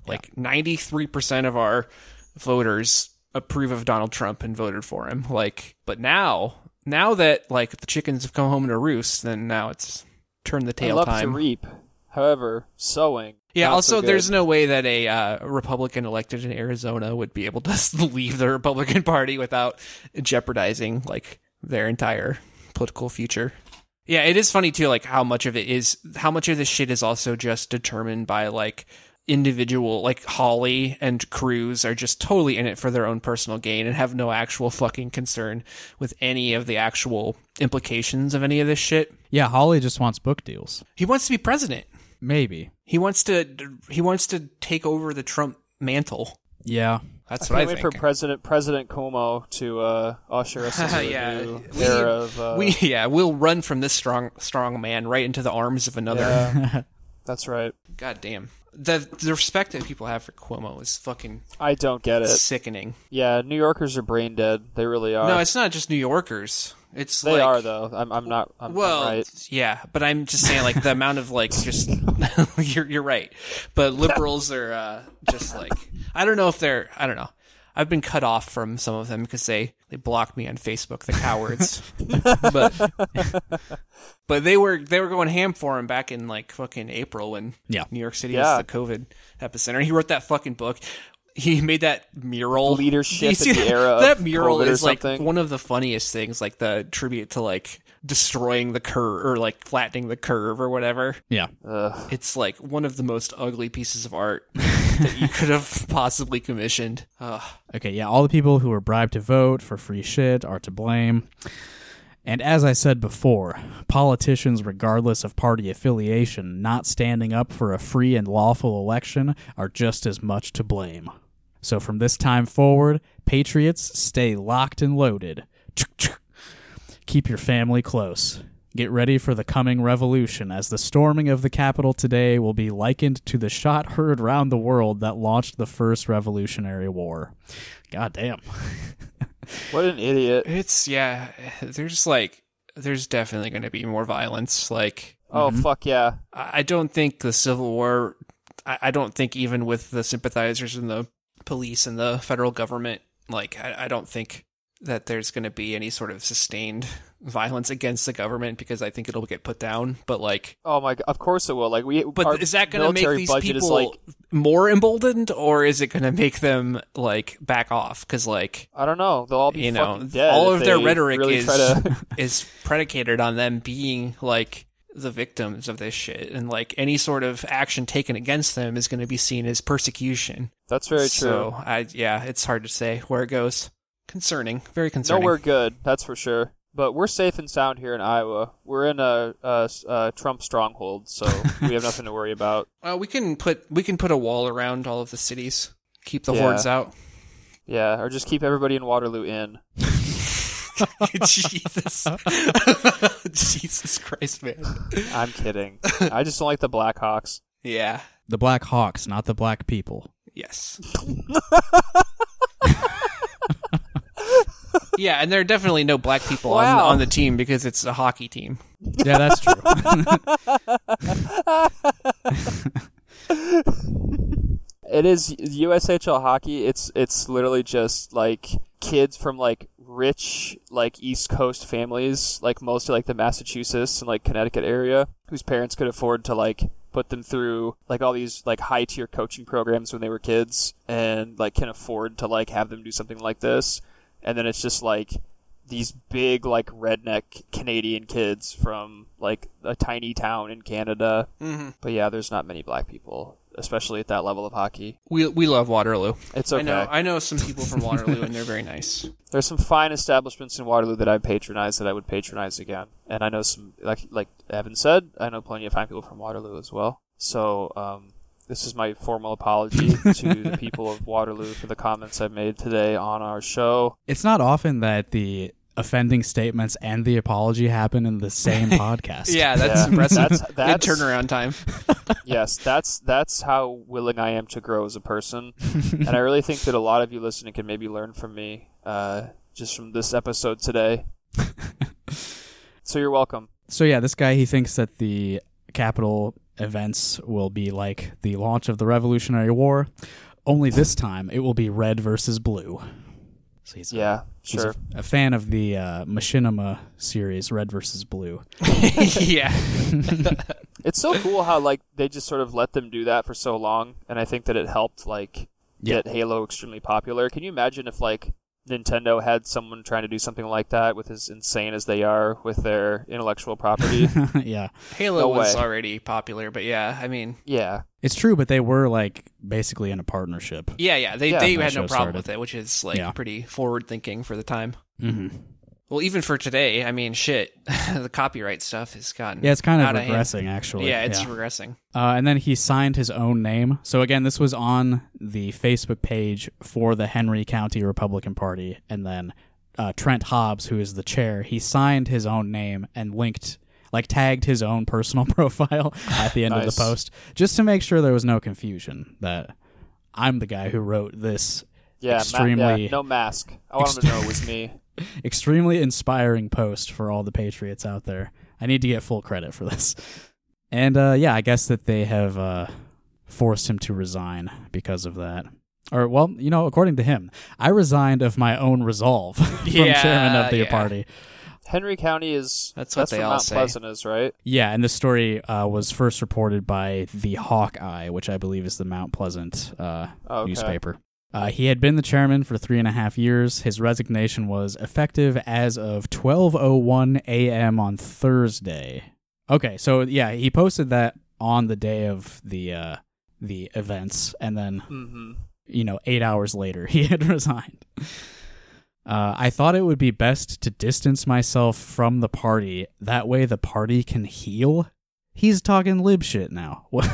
Speaker 4: like ninety-three percent of our voters approve of Donald Trump and voted for him. Like, but now, now that like the chickens have come home to roost, then now it's turn the
Speaker 3: I
Speaker 4: tail
Speaker 3: love to
Speaker 4: time.
Speaker 3: reap. However, sowing.
Speaker 4: yeah.
Speaker 3: not
Speaker 4: Also,
Speaker 3: so good.
Speaker 4: there's no way that a uh, Republican elected in Arizona would be able to leave the Republican Party without jeopardizing like their entire political future. Yeah, it is funny too, like how much of it is, how much of this shit is also just determined by like individual, like Holly and Cruz are just totally in it for their own personal gain and have no actual fucking concern with any of the actual implications of any of this shit.
Speaker 2: yeah. Holly just wants book deals.
Speaker 4: He wants to be president.
Speaker 2: Maybe.
Speaker 4: He wants to, he wants to take over the Trump mantle.
Speaker 2: Yeah.
Speaker 4: That's
Speaker 3: Can't
Speaker 4: what I
Speaker 3: wait
Speaker 4: think.
Speaker 3: for President President Cuomo to uh, usher us into a
Speaker 4: yeah,
Speaker 3: new
Speaker 4: we,
Speaker 3: era of. Uh,
Speaker 4: we, yeah, we'll run from this strong, strong man right into the arms of another.
Speaker 3: yeah. that's right.
Speaker 4: God damn. The, the respect that people have for Cuomo is fucking
Speaker 3: I don't get it.
Speaker 4: sickening.
Speaker 3: Yeah, New Yorkers are brain dead. They really are.
Speaker 4: No, it's not just New Yorkers. It's
Speaker 3: uh, they
Speaker 4: like,
Speaker 3: are though. I'm, I'm not. I'm, I'm
Speaker 4: Well,
Speaker 3: right.
Speaker 4: yeah, but I'm just saying like the amount of like just you're you're right, but liberals are uh, just like I don't know if they're I don't know. I've been cut off from some of them because they they blocked me on Facebook, the cowards. but but they were they were going ham for him back in like fucking April when
Speaker 2: Yeah.
Speaker 4: New York City
Speaker 3: Yeah.
Speaker 4: was the COVID epicenter. He wrote that fucking book. He made that mural
Speaker 3: Leadership
Speaker 4: You see
Speaker 3: in the
Speaker 4: that-
Speaker 3: era of
Speaker 4: That mural
Speaker 3: COVID or
Speaker 4: is like
Speaker 3: something?
Speaker 4: one of the funniest things, like the tribute to like destroying the curve or like flattening the curve or whatever.
Speaker 2: Yeah.
Speaker 4: It's like one of the most ugly pieces of art that you could have possibly commissioned. Ugh.
Speaker 2: Okay, yeah, all the people who were bribed to vote for free shit are to blame. And as I said before, politicians, regardless of party affiliation, not standing up for a free and lawful election are just as much to blame. So from this time forward, patriots, stay locked and loaded. Keep your family close. Get ready for the coming revolution, as the storming of the Capitol today will be likened to the shot heard round the world that launched the first Revolutionary War. God damn.
Speaker 3: What an idiot.
Speaker 4: It's yeah. There's like there's definitely going to be more violence. Like
Speaker 3: Oh fuck yeah.
Speaker 4: I I don't think the Civil War. I I don't think even with the sympathizers and the police and the federal government, like I, I don't think that there's going to be any sort of sustained violence against the government because I think it'll get put down. But like,
Speaker 3: Oh my god! Of course it will. Like we,
Speaker 4: but
Speaker 3: our
Speaker 4: is that going to make
Speaker 3: military
Speaker 4: these
Speaker 3: budget
Speaker 4: people
Speaker 3: Is like,
Speaker 4: more emboldened, or is it going to make them like back off? Because like,
Speaker 3: I don't know. They'll all be
Speaker 4: you know,
Speaker 3: fucking dead
Speaker 4: all
Speaker 3: if
Speaker 4: of their
Speaker 3: they
Speaker 4: rhetoric
Speaker 3: really
Speaker 4: is
Speaker 3: Try to,
Speaker 4: is predicated on them being like the victims of this shit, and like any sort of action taken against them is going to be seen as persecution.
Speaker 3: that's very true.
Speaker 4: So I, yeah, it's hard to say where it goes. Concerning, very concerning.
Speaker 3: Nowhere good, that's for sure. But we're safe and sound here in Iowa. We're in a, a, a Trump stronghold, so we have nothing to worry about.
Speaker 4: Uh, we can put we can put a wall around all of the cities, keep the
Speaker 3: Yeah.
Speaker 4: hordes out.
Speaker 3: Yeah, or just keep everybody in Waterloo in.
Speaker 4: Jesus, Jesus Christ, man.
Speaker 3: I'm kidding. I just don't like the Blackhawks.
Speaker 4: Yeah.
Speaker 2: The Black Hawks, not the black people.
Speaker 4: Yes. yeah, and there are definitely no black people
Speaker 3: Wow.
Speaker 4: on, on the team because it's a hockey team.
Speaker 2: Yeah, that's true.
Speaker 3: It is USHL hockey. It's it's literally just like kids from like rich like East Coast families, like mostly like the Massachusetts and like Connecticut area, whose parents could afford to like put them through like all these like high tier coaching programs when they were kids and like can afford to like have them do something like this. And then it's just like these big like redneck Canadian kids from like a tiny town in Canada. Mm-hmm. But yeah, there's not many black people, especially at that level of hockey.
Speaker 4: We we love Waterloo.
Speaker 3: It's okay.
Speaker 4: I know I know some people from Waterloo and they're very nice.
Speaker 3: There's some fine establishments in Waterloo that I patronize that I would patronize again. And I know some like like Evan said, I know plenty of fine people from Waterloo as well. So um, this is my formal apology to the people of Waterloo for the comments I made today on our show.
Speaker 2: It's not often that the offending statements and the apology happen in the same podcast.
Speaker 4: Yeah, that's
Speaker 3: Yeah.
Speaker 4: impressive.
Speaker 3: That's-
Speaker 4: Good
Speaker 3: that's-
Speaker 4: turnaround time.
Speaker 3: yes, that's that's how willing I am to grow as a person, and I really think that a lot of you listening can maybe learn from me uh, just from this episode today. so you're welcome.
Speaker 2: So yeah, this guy he thinks that the capital events will be like the launch of the Revolutionary War, only this time it will be red versus blue. So he's a-
Speaker 3: Yeah,
Speaker 2: he's
Speaker 3: sure.
Speaker 2: a, a fan of the uh, Machinima series, Red versus Blue.
Speaker 4: yeah.
Speaker 3: It's so cool how like they just sort of let them do that for so long, and I think that it helped like
Speaker 2: Yeah.
Speaker 3: get Halo extremely popular. Can you imagine if like Nintendo had someone trying to do something like that with as insane as they are with their intellectual property?
Speaker 2: yeah,
Speaker 4: Halo
Speaker 3: No
Speaker 4: was
Speaker 3: way.
Speaker 4: already popular, but yeah, I mean
Speaker 3: yeah,
Speaker 2: it's true, but they were like basically in a partnership.
Speaker 4: yeah, yeah. They
Speaker 3: Yeah,
Speaker 4: they
Speaker 2: when
Speaker 4: had
Speaker 2: the
Speaker 4: no
Speaker 2: show
Speaker 4: problem
Speaker 2: started.
Speaker 4: with it, which is like
Speaker 2: Yeah.
Speaker 4: pretty forward thinking for the time.
Speaker 2: hmm
Speaker 4: Well, even for today, I mean shit. the copyright stuff has gotten
Speaker 2: Yeah, it's kind of
Speaker 4: out hand.
Speaker 2: regressing actually.
Speaker 4: Yeah, it's regressing.
Speaker 2: Uh, and then he signed his own name. So again, this was on the Facebook page for the Henry County Republican Party, and then uh, Trent Hobbs, who is the chair, he signed his own name and linked, like, tagged his own personal profile at the end of
Speaker 3: Nice.
Speaker 2: the post, just to make sure there was no confusion that I'm the guy who wrote this
Speaker 3: yeah, ma-
Speaker 2: Extremely-
Speaker 3: yeah, no mask. I want them to know it was me.
Speaker 2: extremely inspiring post for all the patriots out there. I need to get full credit for this. And uh, yeah, I guess that they have uh, forced him to resign because of that. Or well, you know, according to him, I resigned of my own resolve from
Speaker 4: Yeah,
Speaker 2: chairman of the
Speaker 4: yeah.
Speaker 2: party.
Speaker 3: Henry County is
Speaker 4: That's what they
Speaker 3: where
Speaker 4: all
Speaker 3: Mount
Speaker 4: say.
Speaker 3: Pleasant is, right?
Speaker 2: Yeah, and this story uh, was first reported by the Hawkeye, which I believe is the Mount Pleasant uh,
Speaker 3: Okay.
Speaker 2: newspaper. Uh, he had been the chairman for three and a half years. His resignation was effective as of 12:01 a.m. on Thursday. Okay, so yeah, he posted that on the day of the uh, the events, and then
Speaker 3: Mm-hmm.
Speaker 2: you know, eight hours later, he had resigned. Uh, I thought it would be best to distance myself from the party. That way, the party can heal. He's talking lib shit now. What-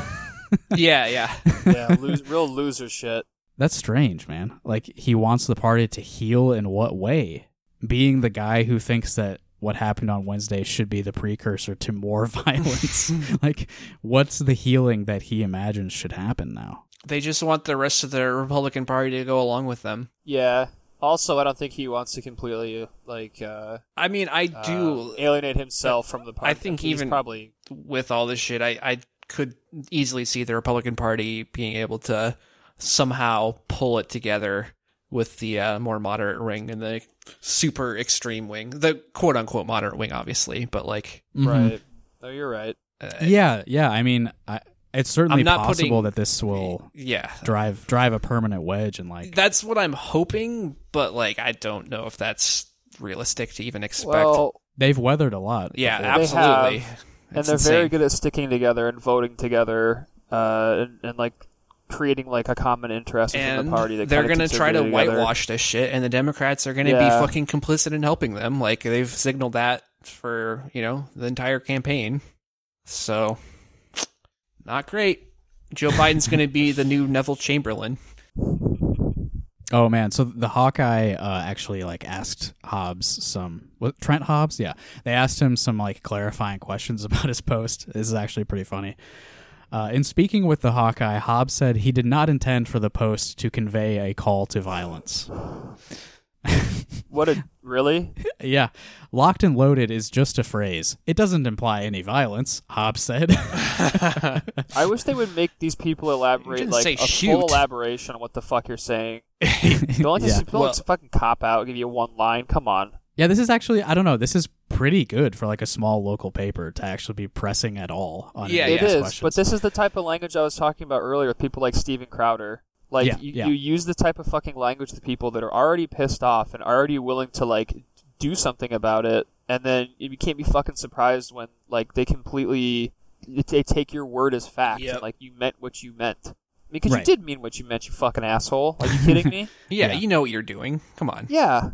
Speaker 4: yeah, yeah.
Speaker 3: yeah, lose, real loser shit.
Speaker 2: That's strange, man. Like, he wants the party to heal in what way? Being the guy who thinks that what happened on Wednesday should be the precursor to more violence. like, what's the healing that he imagines should happen now?
Speaker 4: They just want the rest of the Republican Party to go along with them.
Speaker 3: Yeah. Also, I don't think he wants to completely like uh,
Speaker 4: I mean, I
Speaker 3: uh,
Speaker 4: do
Speaker 3: alienate himself from the party.
Speaker 4: I think
Speaker 3: He's
Speaker 4: even-
Speaker 3: probably
Speaker 4: with all this shit. I I could easily see the Republican Party being able to somehow pull it together with the uh, more moderate wing and the super extreme wing, the quote unquote moderate wing, obviously. But like,
Speaker 3: Right. No, you're right.
Speaker 2: Mm-hmm. Yeah, yeah. I mean, I, it's certainly
Speaker 4: I'm not
Speaker 2: possible
Speaker 4: putting-
Speaker 2: that this will
Speaker 4: yeah,
Speaker 2: drive drive a permanent wedge and like
Speaker 4: that's what I'm hoping. But like, I don't know if that's realistic to even expect.
Speaker 3: Well,
Speaker 2: they've weathered a lot.
Speaker 4: yeah,
Speaker 2: before.
Speaker 3: They
Speaker 4: absolutely.
Speaker 3: have, and
Speaker 4: It's
Speaker 3: they're very
Speaker 4: insane.
Speaker 3: good at sticking together and voting together, uh, and, and like creating like a common interest within
Speaker 4: and
Speaker 3: the party. That
Speaker 4: they're
Speaker 3: going
Speaker 4: gonna try to whitewash this shit, and the Democrats are gonna
Speaker 3: Yeah.
Speaker 4: be fucking complicit in helping them. Like they've signaled that for you know the entire campaign. So, not great. Joe Biden's gonna be the new Neville Chamberlain.
Speaker 2: Oh man, so the Hawkeye uh, actually like asked Hobbs some what Trent Hobbs, yeah. They asked him some like clarifying questions about his post. This is actually pretty funny. Uh, in speaking with the Hawkeye, Hobbs said he did not intend for the post to convey a call to violence.
Speaker 3: What a really?
Speaker 2: yeah, locked and loaded is just a phrase. It doesn't imply any violence, Hobbs said.
Speaker 3: I wish they would make these people elaborate
Speaker 4: didn't
Speaker 3: like
Speaker 4: say
Speaker 3: a
Speaker 4: shoot.
Speaker 3: full elaboration on what the fuck you're saying. Don't just,
Speaker 2: Yeah.
Speaker 3: don't just fucking cop out. Give you one line. Come on.
Speaker 2: yeah, this is actually I don't know. This is pretty good for like a small local paper to actually be pressing at all on
Speaker 4: Yeah,
Speaker 2: any
Speaker 3: It
Speaker 2: of
Speaker 3: is,
Speaker 2: these questions.
Speaker 3: but this is the type of language I was talking about earlier with people like Steven Crowder. Like
Speaker 2: Yeah,
Speaker 3: you,
Speaker 2: yeah.
Speaker 3: you use the type of fucking language to people that are already pissed off and already willing to like do something about it, and then you can't be fucking surprised when like they completely they take your word as fact
Speaker 4: Yep.
Speaker 3: and like you meant what you meant because
Speaker 2: Right.
Speaker 3: you did mean what you meant. You fucking asshole. Are you kidding me?
Speaker 4: Yeah,
Speaker 2: Yeah.
Speaker 4: you know what you're doing. Come on.
Speaker 3: yeah.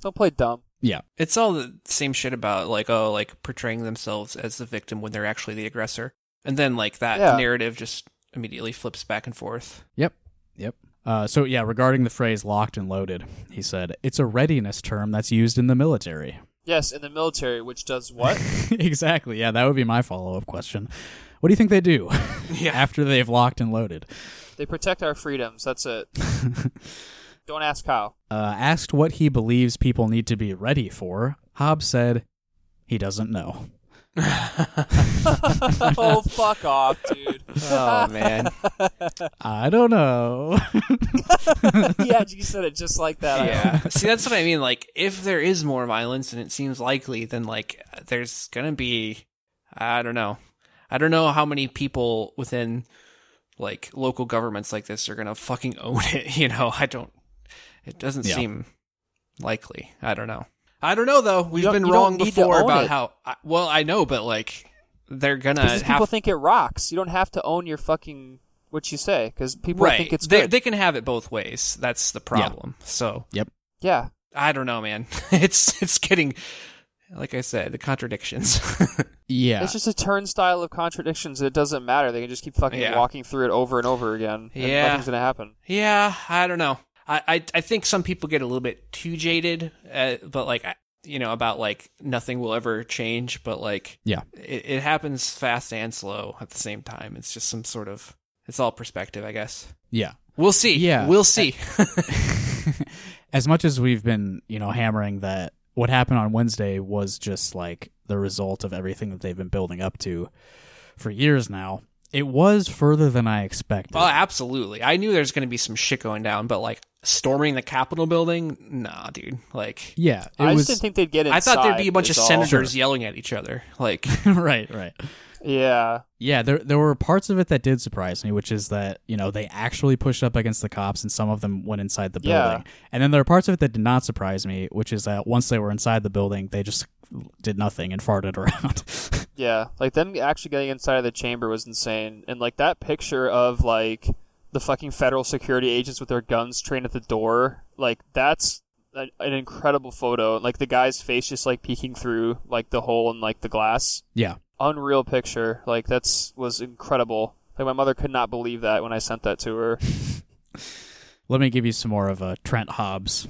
Speaker 3: Don't play dumb.
Speaker 2: yeah.
Speaker 4: It's all the same shit about like oh like portraying themselves as the victim when they're actually the aggressor. And then like that
Speaker 3: Yeah.
Speaker 4: narrative just immediately flips back and forth.
Speaker 2: Yep. Yep. Uh, so, yeah, regarding the phrase locked and loaded, he said, it's a readiness term that's used in the military.
Speaker 3: Yes, in the military, which does what?
Speaker 2: exactly. Yeah, that would be my follow up question. What do you think they do after they've locked and loaded?
Speaker 3: they protect our freedoms. That's it. Don't ask how.
Speaker 2: Uh, asked what he believes people need to be ready for, Hobbs said, he doesn't know.
Speaker 3: oh, fuck off, dude.
Speaker 4: Oh man.
Speaker 2: I don't know.
Speaker 3: yeah, you said it just like that.
Speaker 4: yeah. See, that's what I mean. Like, if there is more violence, and it seems likely, then like there's gonna be, I don't know, I don't know how many people within like local governments like this are gonna fucking own it. You know, I don't. It doesn't
Speaker 2: Yeah.
Speaker 4: seem likely. I don't know. I don't know though. We've
Speaker 3: don't-
Speaker 4: been
Speaker 3: you don't
Speaker 4: wrong
Speaker 3: need to
Speaker 4: before
Speaker 3: own
Speaker 4: about
Speaker 3: it.
Speaker 4: how. I, well, I know, but like they're gonna
Speaker 3: Because people
Speaker 4: have
Speaker 3: think it rocks. You don't have to own your fucking what you say because people
Speaker 4: right.
Speaker 3: think it's
Speaker 4: they
Speaker 3: good.
Speaker 4: they can have it both ways. That's the problem. So
Speaker 3: yeah.
Speaker 4: I don't know, man. It's it's getting like I said, the contradictions.
Speaker 2: yeah.
Speaker 3: It's just a turnstile of contradictions. It doesn't matter. They can just keep fucking
Speaker 4: Yeah.
Speaker 3: walking through it over and over again. and
Speaker 4: Yeah.
Speaker 3: nothing's gonna happen.
Speaker 4: yeah, I don't know. I, I I think some people get a little bit too jaded, uh, but like I- you know about like nothing will ever change, but like
Speaker 2: Yeah.
Speaker 4: it, it happens fast and slow at the same time. It's just some sort of it's all perspective, I guess.
Speaker 2: Yeah.
Speaker 4: We'll see.
Speaker 2: Yeah.
Speaker 4: we'll see.
Speaker 2: as much as we've been, you know, hammering that what happened on Wednesday was just like the result of everything that they've been building up to for years now, it was further than I expected.
Speaker 4: well, absolutely. I knew there's going to be some shit going down, but like storming the Capitol building, nah, dude. Like
Speaker 2: yeah, it
Speaker 3: I
Speaker 2: was
Speaker 3: just didn't think they'd get inside.
Speaker 4: I thought there'd be a bunch of
Speaker 3: is all.
Speaker 4: senators yelling at each other. Like,
Speaker 2: right, right.
Speaker 3: Yeah.
Speaker 2: Yeah, there there were parts of it that did surprise me, which is that you know they actually pushed up against the cops, and some of them went inside the
Speaker 3: Yeah.
Speaker 2: building. And then there are parts of it that did not surprise me, which is that once they were inside the building, they just did nothing and farted around.
Speaker 3: Yeah, like them actually getting inside of the chamber was insane, and like that picture of like the fucking federal security agents with their guns trained at the door, like that's a, an incredible photo. Like the guy's face just like peeking through like the hole in like the glass,
Speaker 2: yeah,
Speaker 3: unreal picture. Like that's was incredible. Like my mother could not believe that when I sent that to her.
Speaker 2: Let me give you some more of uh, Trent Hobbs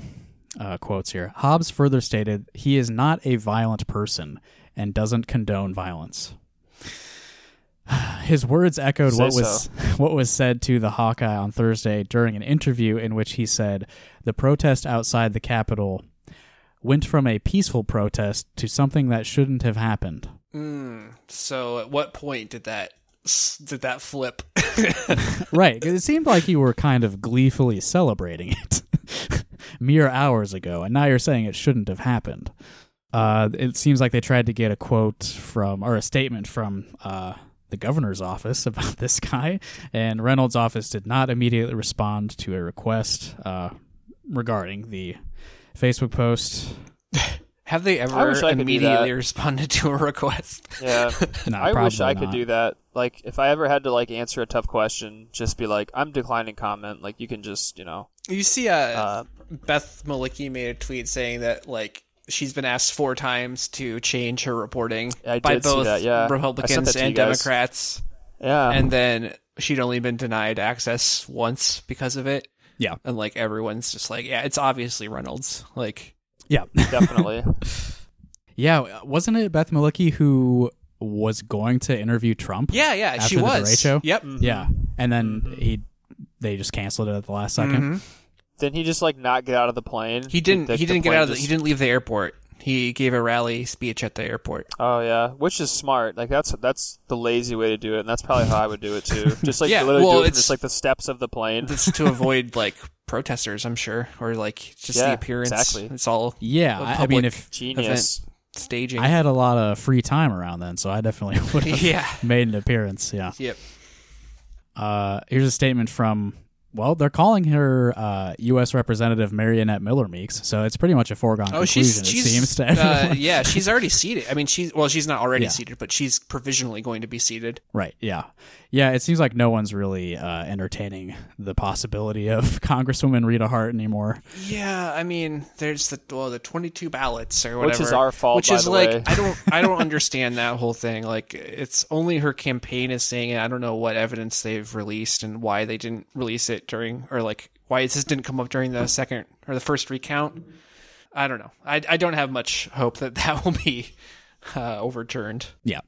Speaker 2: uh, quotes here. Hobbs further stated he is not a violent person and doesn't condone violence. His words echoed
Speaker 3: Say
Speaker 2: what was what was said to the Hawkeye on Thursday during an interview in which he said the protest outside the Capitol went from a peaceful protest to something that shouldn't have happened.
Speaker 4: so at what point did that did that flip?
Speaker 2: right, 'cause it seemed like you were kind of gleefully celebrating it. mere hours ago, and now you're saying it shouldn't have happened. Uh, it seems like they tried to get a quote from or a statement from uh, the governor's office about this guy, and Reynolds' office did not immediately respond to a request uh, regarding the Facebook post.
Speaker 4: Have they
Speaker 3: I
Speaker 4: ever
Speaker 3: wish I could do
Speaker 4: immediately
Speaker 3: that.
Speaker 4: responded to a request?
Speaker 3: Yeah.
Speaker 2: No,
Speaker 3: I wish
Speaker 2: probably
Speaker 3: I could
Speaker 2: not.
Speaker 3: do that. Like if I ever had to like answer a tough question, just be like, I'm declining comment. Like you can just, you know,
Speaker 4: You see, uh,
Speaker 3: Uh,
Speaker 4: Beth Malicki made a tweet saying that like she's been asked four times to change her reporting
Speaker 3: I
Speaker 4: by
Speaker 3: did see
Speaker 4: both
Speaker 3: that, yeah. I sent that
Speaker 4: Republicans
Speaker 3: to
Speaker 4: and
Speaker 3: you guys. Um,
Speaker 4: Democrats,
Speaker 3: yeah.
Speaker 4: and then she'd only been denied access once because of it.
Speaker 2: Yeah.
Speaker 4: and like everyone's just like, yeah, it's obviously Reynolds. Like,
Speaker 2: Yeah,
Speaker 3: definitely.
Speaker 2: yeah. Wasn't it Beth Malicki who was going to interview Trump?
Speaker 4: yeah, yeah,
Speaker 2: After
Speaker 4: she
Speaker 2: the
Speaker 4: was.
Speaker 2: Beret show?
Speaker 4: Yep.
Speaker 3: Mm.
Speaker 2: yeah.
Speaker 4: Mm-hmm.
Speaker 2: And then he, they just canceled it at the last 2nd
Speaker 4: Mm-hmm.
Speaker 3: Didn't he just like not get out of the plane?
Speaker 4: He didn't.
Speaker 3: Like,
Speaker 4: he
Speaker 3: the
Speaker 4: didn't get
Speaker 3: plane
Speaker 4: out of. The,
Speaker 3: just-
Speaker 4: he didn't leave the airport. He gave a rally speech at the airport.
Speaker 3: Oh yeah, which is smart. Like that's that's the lazy way to do it, and that's probably how I would do it too. Just like
Speaker 4: Yeah,
Speaker 3: literally
Speaker 4: well,
Speaker 3: do it from
Speaker 4: it's-
Speaker 3: just like the steps of the plane.
Speaker 4: That's to avoid like protesters, I'm sure, or like just the
Speaker 3: Yeah,
Speaker 4: appearance.
Speaker 3: exactly.
Speaker 4: It's all
Speaker 2: Yeah,
Speaker 4: a
Speaker 2: I- I
Speaker 4: public
Speaker 2: mean, if
Speaker 3: Genius.
Speaker 4: staging.
Speaker 2: I had a lot of free time around then, so I definitely would have
Speaker 4: Yeah.
Speaker 2: made an appearance. Yeah.
Speaker 4: Yep.
Speaker 2: Uh, here's a statement from, well, they're calling her uh, U.S. Representative Marionette Miller Meeks, so it's pretty much a foregone
Speaker 4: Oh,
Speaker 2: conclusion,
Speaker 4: she's
Speaker 2: it seems
Speaker 4: she's
Speaker 2: to
Speaker 4: uh,
Speaker 2: everyone.
Speaker 4: yeah, she's already seated. I mean, she's well, she's not already
Speaker 2: Yeah.
Speaker 4: seated, but she's provisionally going to be seated.
Speaker 2: Right. Yeah. Yeah. It seems like no one's really uh, entertaining the possibility of Congresswoman Rita Hart anymore.
Speaker 4: Yeah, I mean, there's the well, the 22 ballots or whatever,
Speaker 3: Which is our fault,
Speaker 4: Which
Speaker 3: by
Speaker 4: is
Speaker 3: the
Speaker 4: like
Speaker 3: way.
Speaker 4: I don't I don't understand that whole thing. Like it's only her campaign is saying it. I don't know what evidence they've released and why they didn't release it during or like why this didn't come up during the second or the first recount. I don't know. I I don't have much hope that that will be uh, overturned.
Speaker 2: Yeah.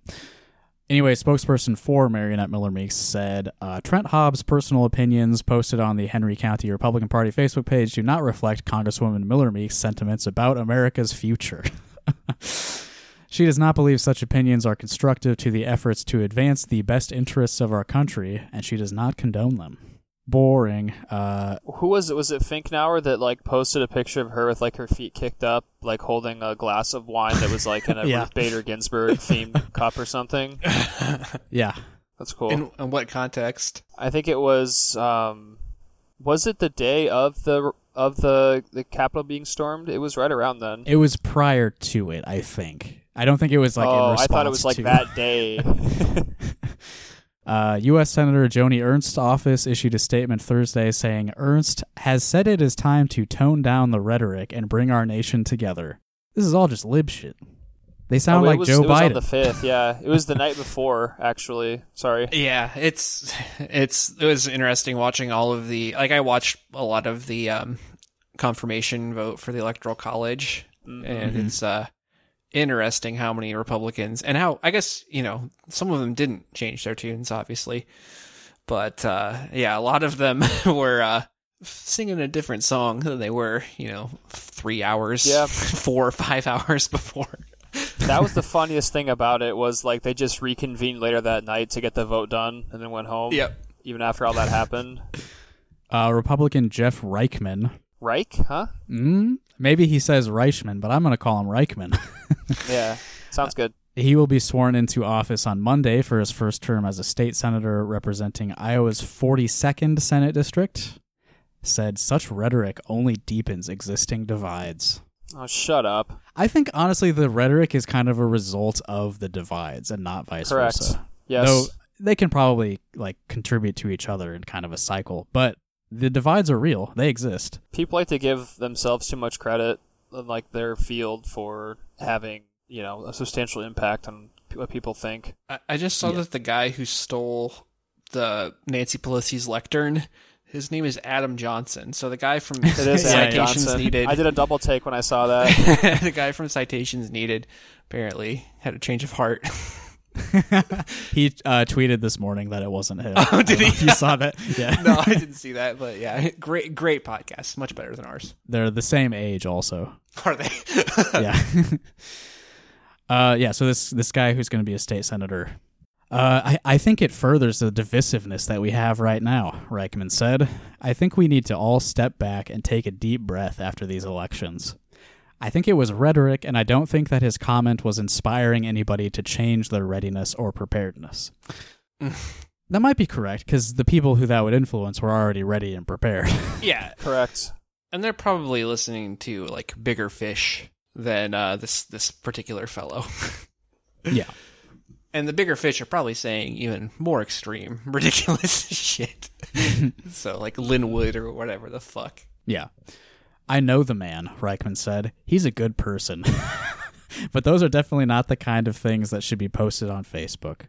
Speaker 2: Anyway, spokesperson for Marionette Miller Meeks said uh, Trent Hobbs' personal opinions posted on the Henry County Republican Party Facebook page do not reflect Congresswoman Miller Meeks' sentiments about America's future. she does not believe such opinions are constructive to the efforts to advance the best interests of our country, and she does not condone them. Boring. Uh,
Speaker 3: Who was it? Was it Finknauer that like posted a picture of her with like her feet kicked up, like holding a glass of wine that was like in a
Speaker 2: Yeah.
Speaker 3: Ruth Bader Ginsburg themed cup or something?
Speaker 2: yeah.
Speaker 3: That's cool.
Speaker 4: In, in what context?
Speaker 3: I think it was um, was it the day of the of the the Capitol being stormed? It was right around then.
Speaker 2: It was prior to it, I think. I don't think it was like in
Speaker 3: oh, I
Speaker 2: response
Speaker 3: thought it was like
Speaker 2: to-
Speaker 3: that day.
Speaker 2: Uh, U.S. Senator Joni Ernst's office issued a statement Thursday saying Ernst has said it is time to tone down the rhetoric and bring our nation together. This is all just lib shit. They
Speaker 3: Oh,
Speaker 2: sound
Speaker 3: it
Speaker 2: like
Speaker 3: was-
Speaker 2: Joe
Speaker 3: it was
Speaker 2: Biden.
Speaker 3: on the fifth. Yeah, it was the night before. Actually, sorry.
Speaker 4: Yeah, it's it's it was interesting watching all of the like I watched a lot of the um confirmation vote for the electoral college and it's uh interesting how many Republicans and how I guess, you know, some of them didn't change their tunes obviously. But uh yeah, a lot of them were uh singing a different song than they were, you know, 3 hours,
Speaker 3: Yeah.
Speaker 4: 4 or 5 hours before.
Speaker 3: That was the funniest thing about it was like they just reconvened later that night to get the vote done and then went home.
Speaker 4: Yep.
Speaker 3: Even after all that happened,
Speaker 2: uh, Republican Jeff Reichman.
Speaker 3: Reich, huh?
Speaker 2: Mm? Maybe he says Reichman, but I'm going to call him Reichman.
Speaker 3: Yeah, sounds good.
Speaker 2: he will be sworn into office on Monday for his first term as a state senator representing Iowa's 42nd Senate District. Said such rhetoric only deepens existing divides.
Speaker 3: Oh, shut up.
Speaker 2: I think honestly, the rhetoric is kind of a result of the divides and not vice
Speaker 3: Correct.
Speaker 2: versa.
Speaker 3: Yes.
Speaker 2: Though they can probably like contribute to each other in kind of a cycle, but the divides are real. They exist.
Speaker 3: people like to give themselves too much credit in like their field for having you know a substantial impact on p- what people think
Speaker 4: I, I just saw that the guy who stole the Nancy Pelosi's lectern, his name is Adam Johnson. So the guy from
Speaker 3: it is Adam
Speaker 4: Citations
Speaker 3: Johnson.
Speaker 4: Needed,
Speaker 3: i did a double take when i saw that
Speaker 4: the guy from Citations Needed, apparently had a change of heart.
Speaker 2: He uh, tweeted this morning that it wasn't him. Oh,
Speaker 4: did he?
Speaker 2: you saw that? Yeah.
Speaker 4: no, I didn't see that, but yeah, great, great podcast, much better than ours.
Speaker 2: They're the same age, also.
Speaker 4: Are they?
Speaker 2: yeah. uh, yeah. So this this guy who's going to be a state senator. Uh, I, I think it furthers the divisiveness that we have right now, Reichman said. I think we need to all step back and take a deep breath after these elections. I think it was rhetoric, and I don't think that his comment was inspiring anybody to change their readiness or preparedness. that might be correct, because the people who that would influence were already ready and prepared.
Speaker 4: Yeah,
Speaker 3: Correct.
Speaker 4: and they're probably listening to like bigger fish than uh, this this particular fellow.
Speaker 2: yeah.
Speaker 4: and the bigger fish are probably saying even more extreme, ridiculous shit. so like Linwood or whatever the fuck.
Speaker 2: Yeah. I know the man, Reichman said. He's a good person. but those are definitely not the kind of things that should be posted on Facebook.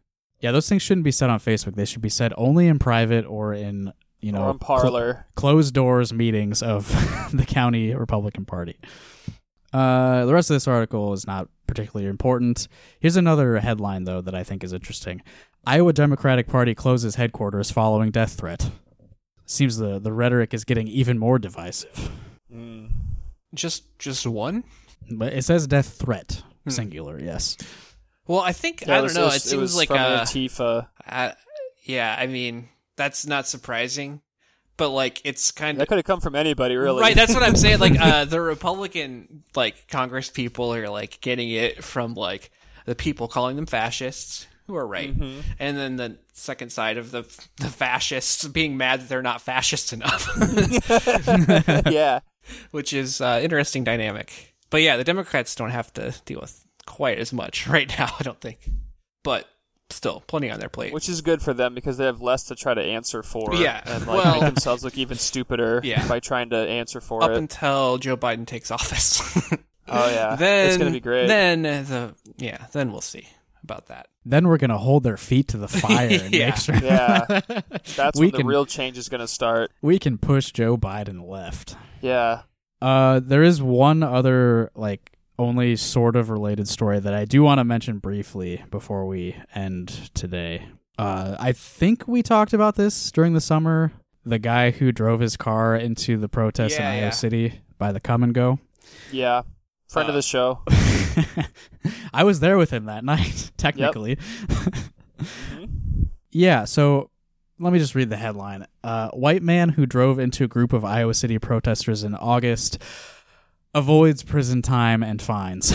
Speaker 2: Yeah, those things shouldn't be said on Facebook. They should be said only in private or in, you know,
Speaker 3: Or on
Speaker 2: cl-
Speaker 3: Parlor.
Speaker 2: closed doors meetings of the county Republican Party. Uh, the rest of this article is not particularly important. Here's another headline, though, that I think is interesting Iowa Democratic Party closes headquarters following death threat. Seems the, the rhetoric is getting even more divisive.
Speaker 4: Just just one?
Speaker 2: But it says death threat, singular, yes.
Speaker 4: Well, I think
Speaker 3: Yeah,
Speaker 4: I
Speaker 3: was-
Speaker 4: don't know. It,
Speaker 3: was-
Speaker 4: seems
Speaker 3: was
Speaker 4: like
Speaker 3: from
Speaker 4: uh,
Speaker 3: Antifa.
Speaker 4: I- yeah. I mean, that's not surprising, but like it's kind
Speaker 3: That
Speaker 4: of
Speaker 3: could have come from anybody, really.
Speaker 4: right. That's what I'm saying. Like uh, the Republican like Congress people are like getting it from like the people calling them fascists who are right,
Speaker 3: Mm-hmm.
Speaker 4: and then the second side of the the fascists being mad that they're not fascist enough.
Speaker 3: yeah.
Speaker 4: which is uh, interesting dynamic. But yeah, the Democrats don't have to deal with quite as much right now, I don't think. But still, plenty on their plate.
Speaker 3: Which is good for them because they have less to try to answer for.
Speaker 4: Yeah,
Speaker 3: And like
Speaker 4: well-
Speaker 3: make themselves look even stupider
Speaker 4: Yeah.
Speaker 3: by trying to answer for
Speaker 4: Up
Speaker 3: it.
Speaker 4: until Joe Biden takes office.
Speaker 3: oh yeah.
Speaker 4: then
Speaker 3: it's gonna be great.
Speaker 4: Then the yeah, then we'll see about that.
Speaker 2: Then we're going to hold their feet to the fire and
Speaker 4: Yeah.
Speaker 2: make sure
Speaker 3: yeah. That's
Speaker 2: We
Speaker 3: when the
Speaker 2: can-
Speaker 3: real change is gonna start.
Speaker 2: we can push Joe Biden left.
Speaker 3: Yeah.
Speaker 2: Uh, there is one other like only sort of related story that I do want to mention briefly before we end today. Uh, I think we talked about this during the summer. The guy who drove his car into the protest in
Speaker 4: Yeah,
Speaker 2: Iowa
Speaker 4: yeah.
Speaker 2: City by the come and go.
Speaker 3: Yeah. Friend of
Speaker 4: Uh,
Speaker 3: the show.
Speaker 2: I was there with him that night, technically. yeah, so let me just read the headline. Uh, white man who drove into a group of Iowa City protesters in August avoids prison time and fines.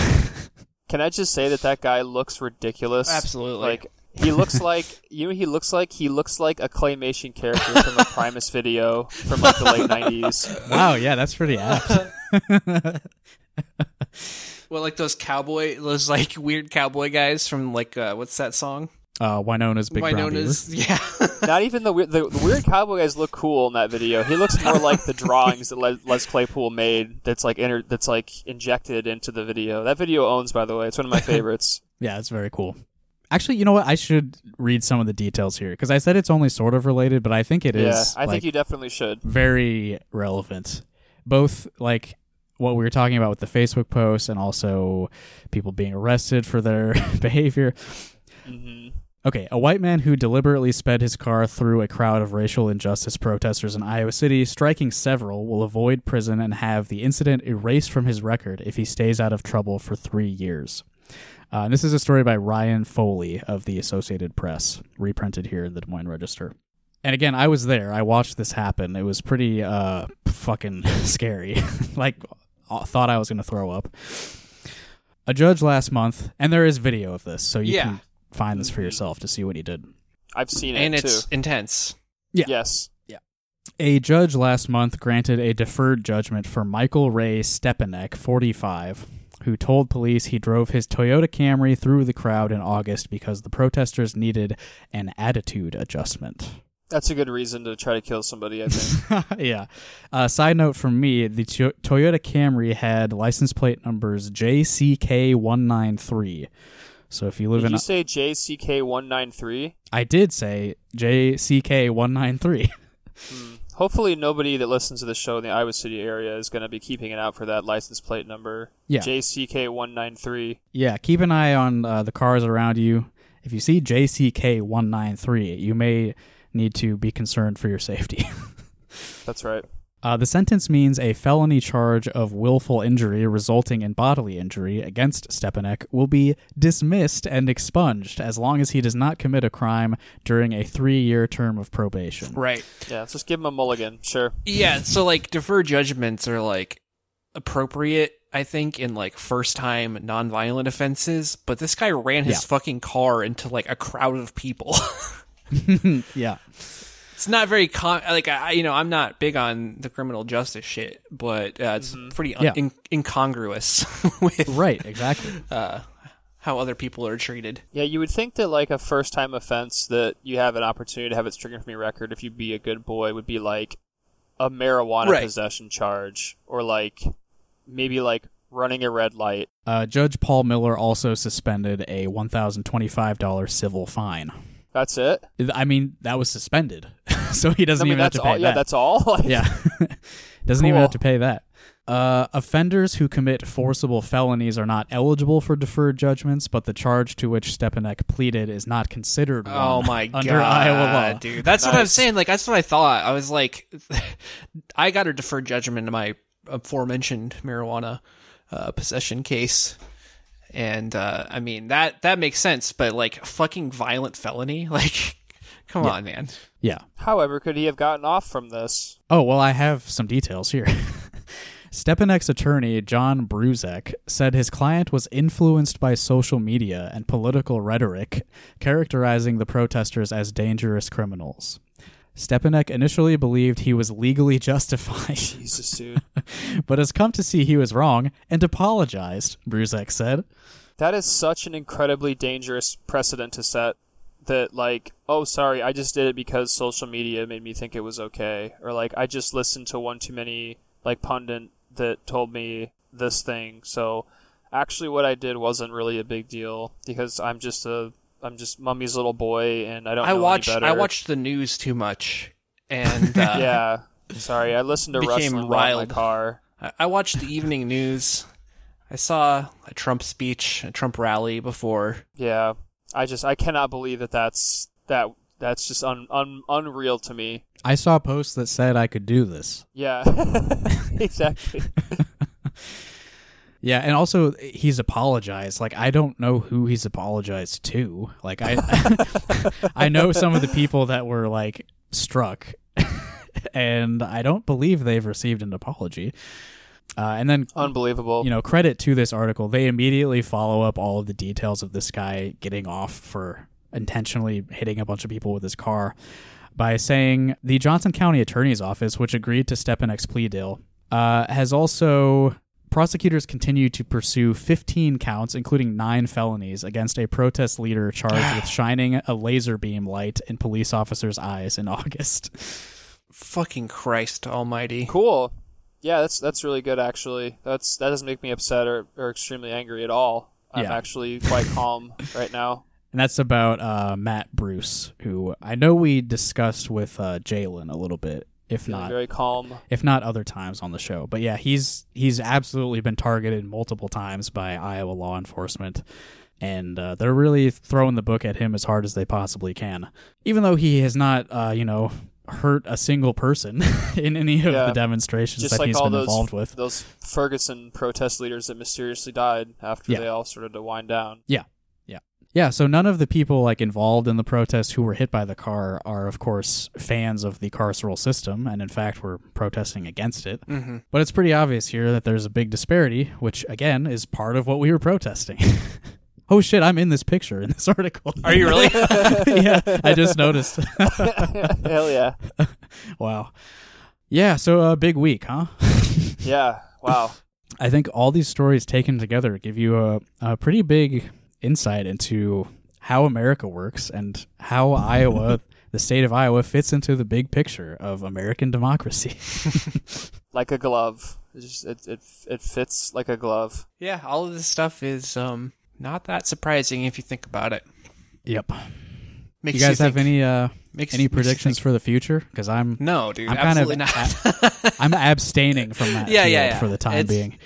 Speaker 3: Can I just say that that guy looks ridiculous?
Speaker 4: Absolutely.
Speaker 3: Like he looks like you know what he looks like he looks like a claymation character from a Primus video from like the late nineties.
Speaker 2: wow, yeah, that's pretty apt.
Speaker 4: Well, like those cowboy, those like weird cowboy guys from like uh, what's that song?
Speaker 2: Uh, Winona's big
Speaker 4: Why known
Speaker 2: brown
Speaker 4: as
Speaker 2: beaver.
Speaker 4: yeah.
Speaker 3: Not even the weird the, the weird cowboy guys look cool in that video. He looks more like the drawings that Les, Les Claypool made. That's like inter, that's like injected into the video. That video owns, by the way. It's one of my favorites.
Speaker 2: Yeah, it's very cool. Actually, you know what? I should read some of the details here because I said it's only sort of related, but I think it is.
Speaker 3: yeah, I
Speaker 2: like,
Speaker 3: think you definitely should.
Speaker 2: very relevant. Both like what we were talking about with the Facebook post and also people being arrested for their behavior. Okay, a white man who deliberately sped his car through a crowd of racial injustice protesters in Iowa City, striking several, will avoid prison and have the incident erased from his record if he stays out of trouble for three years. Uh, and this is a story by Ryan Foley of the Associated Press, reprinted here in the Des Moines Register. And again, I was there. I watched this happen. It was pretty uh fucking scary. like I thought I was going to throw up. A judge last month, and there is video of this, so you
Speaker 4: Yeah.
Speaker 2: can find this for yourself to see what he did.
Speaker 3: I've seen it
Speaker 4: and
Speaker 3: too.
Speaker 4: it's intense.
Speaker 2: Yeah.
Speaker 3: Yes.
Speaker 2: A judge last month granted a deferred judgment for Michael Ray Stepanek, 45, who told police he drove his Toyota Camry through the crowd in August because the protesters needed an attitude adjustment.
Speaker 3: That's a good reason to try to kill somebody, I think.
Speaker 2: yeah. Uh, side note from me: the to- Toyota Camry had license plate numbers JCK one nine three. So if you live
Speaker 3: Did
Speaker 2: in,
Speaker 3: you say JCK193?
Speaker 2: I did say JCK one nine three.
Speaker 3: Hopefully, nobody that listens to the show in the Iowa City area is going to be keeping an eye out for that license plate number.
Speaker 2: Yeah.
Speaker 3: JCK193.
Speaker 2: yeah, keep an eye on uh, the cars around you. If you see JCK one nine three, you may need to be concerned for your safety.
Speaker 3: That's right.
Speaker 2: Uh, the sentence means a felony charge of willful injury resulting in bodily injury against Stepanek will be dismissed and expunged as long as he does not commit a crime during a three year term of probation.
Speaker 4: Right.
Speaker 3: Yeah, let's just give him a mulligan. Sure.
Speaker 4: Yeah, so like deferred judgments are like appropriate, I think, in like first time nonviolent offenses, but this guy ran his
Speaker 2: Yeah.
Speaker 4: fucking car into like a crowd of people.
Speaker 2: Yeah.
Speaker 4: it's not very com- like I you know, I'm not big on the criminal justice shit, but uh, it's pretty un-
Speaker 2: Yeah.
Speaker 4: in- incongruous with uh,
Speaker 2: Right, exactly.
Speaker 4: how other people are treated.
Speaker 3: Yeah, you would think that like a first time offense that you have an opportunity to have it stricken from your record if you be a good boy would be like a marijuana
Speaker 4: Right.
Speaker 3: possession charge or like maybe like running a red light.
Speaker 2: Uh, Judge Paul Miller also suspended a $1,025 civil fine.
Speaker 3: That's it.
Speaker 2: I mean, that was suspended, so he doesn't
Speaker 3: I mean,
Speaker 2: even have to
Speaker 3: that's
Speaker 2: pay
Speaker 3: all.
Speaker 2: that.
Speaker 3: Yeah, that's all. Like,
Speaker 2: Yeah. Doesn't even
Speaker 3: Cool.
Speaker 2: have to pay that. Uh, offenders who commit forcible felonies are not eligible for deferred judgments, but the charge to which Stepanek pleaded is not considered one
Speaker 4: Oh my god,
Speaker 2: Um, under Iowa law.
Speaker 4: dude! That's what I'm
Speaker 3: Nice.
Speaker 4: saying. Like that's what I thought. I was like, I got a deferred judgment in my aforementioned marijuana uh, possession case, and uh, I mean that that makes sense. But like fucking violent felony, like come on, man.
Speaker 2: Yeah.
Speaker 3: However, could he have gotten off from this?
Speaker 2: Oh, well, I have some details here. Stepanek's attorney, John Bruzek, said his client was influenced by social media and political rhetoric, characterizing the protesters as dangerous criminals. Stepanek initially believed he was legally justified.
Speaker 3: Jesus, dude,
Speaker 2: but has come to see he was wrong and apologized, Bruzek said.
Speaker 3: that is such an incredibly dangerous precedent to set. That like, oh, sorry, I just did it because social media made me think it was okay, or like I just listened to one too many like pundit that told me this thing. So actually, what I did wasn't really a big deal because I'm just a I'm just mummy's little boy, and I don't.
Speaker 4: I
Speaker 3: know
Speaker 4: watched
Speaker 3: Any better.
Speaker 4: I watched the news too much, and uh,
Speaker 3: Yeah, sorry, I listened to
Speaker 4: Became
Speaker 3: wrestling while in my
Speaker 4: riled.
Speaker 3: car.
Speaker 4: I- I watched the evening news. I saw a Trump speech, a Trump rally before.
Speaker 3: Yeah, I just I cannot believe that that's that that's just un, un unreal to me.
Speaker 2: I saw posts that said I could do this.
Speaker 3: Yeah, exactly.
Speaker 2: Yeah, and also he's apologized. Like I don't know who he's apologized to. Like I I know some of the people that were like struck and I don't believe they've received an apology. Uh, and then
Speaker 3: Unbelievable.
Speaker 2: you know, credit to this article, they immediately follow up all of the details of this guy getting off for intentionally hitting a bunch of people with his car by saying the Johnson County Attorney's Office, which agreed to Stepanek's plea deal, uh, has also prosecutors continue to pursue 15 counts, including nine felonies, against a protest leader charged with shining a laser beam light in police officers' eyes in August.
Speaker 4: Fucking Christ Almighty!
Speaker 3: cool. Yeah, that's that's really good actually. That's that doesn't make me upset or, or extremely angry at all. I'm
Speaker 2: Yeah.
Speaker 3: actually quite calm right now.
Speaker 2: And that's about uh, Matt Bruce, who I know we discussed with uh, Jalen a little bit, if
Speaker 3: Feeling
Speaker 2: not
Speaker 3: very calm.
Speaker 2: if not other times on the show. But yeah, he's he's absolutely been targeted multiple times by Iowa law enforcement, and uh, they're really throwing the book at him as hard as they possibly can, even though he has not, uh, you know, hurt a single person in any of
Speaker 3: Yeah.
Speaker 2: the demonstrations
Speaker 3: Just
Speaker 2: that
Speaker 3: like
Speaker 2: he's
Speaker 3: all
Speaker 2: been
Speaker 3: those
Speaker 2: involved with.
Speaker 3: those Ferguson protest leaders that mysteriously died after
Speaker 2: Yeah.
Speaker 3: they all started to wind down.
Speaker 2: Yeah. Yeah. Yeah, so none of the people like involved in the protests who were hit by the car are of course fans of the carceral system and in fact were protesting against it. Mm-hmm. But it's pretty obvious here that there's a big disparity, which again is part of what we were protesting. oh shit, I'm in this picture in this article.
Speaker 4: Are you really?
Speaker 2: yeah, I just noticed.
Speaker 3: Hell yeah.
Speaker 2: wow. Yeah, so a big week, huh?
Speaker 3: Yeah. Wow.
Speaker 2: I think all these stories taken together give you a, a pretty big insight into how America works and how Iowa, the state of Iowa, fits into the big picture of American democracy.
Speaker 3: Like a glove. It just it, it it fits like a glove.
Speaker 4: Yeah, all of this stuff is um not that surprising if you think about it.
Speaker 2: yep.
Speaker 4: Makes
Speaker 2: You guys have
Speaker 4: think.
Speaker 2: any uh,
Speaker 4: makes-
Speaker 2: any
Speaker 4: makes you
Speaker 2: predictions for the future? Because I'm
Speaker 4: No, dude,
Speaker 2: I'm kind
Speaker 4: absolutely
Speaker 2: of
Speaker 4: not.
Speaker 2: I'm abstaining from that
Speaker 4: Yeah,
Speaker 2: field
Speaker 4: yeah, yeah.
Speaker 2: for the time
Speaker 4: It's-
Speaker 2: being.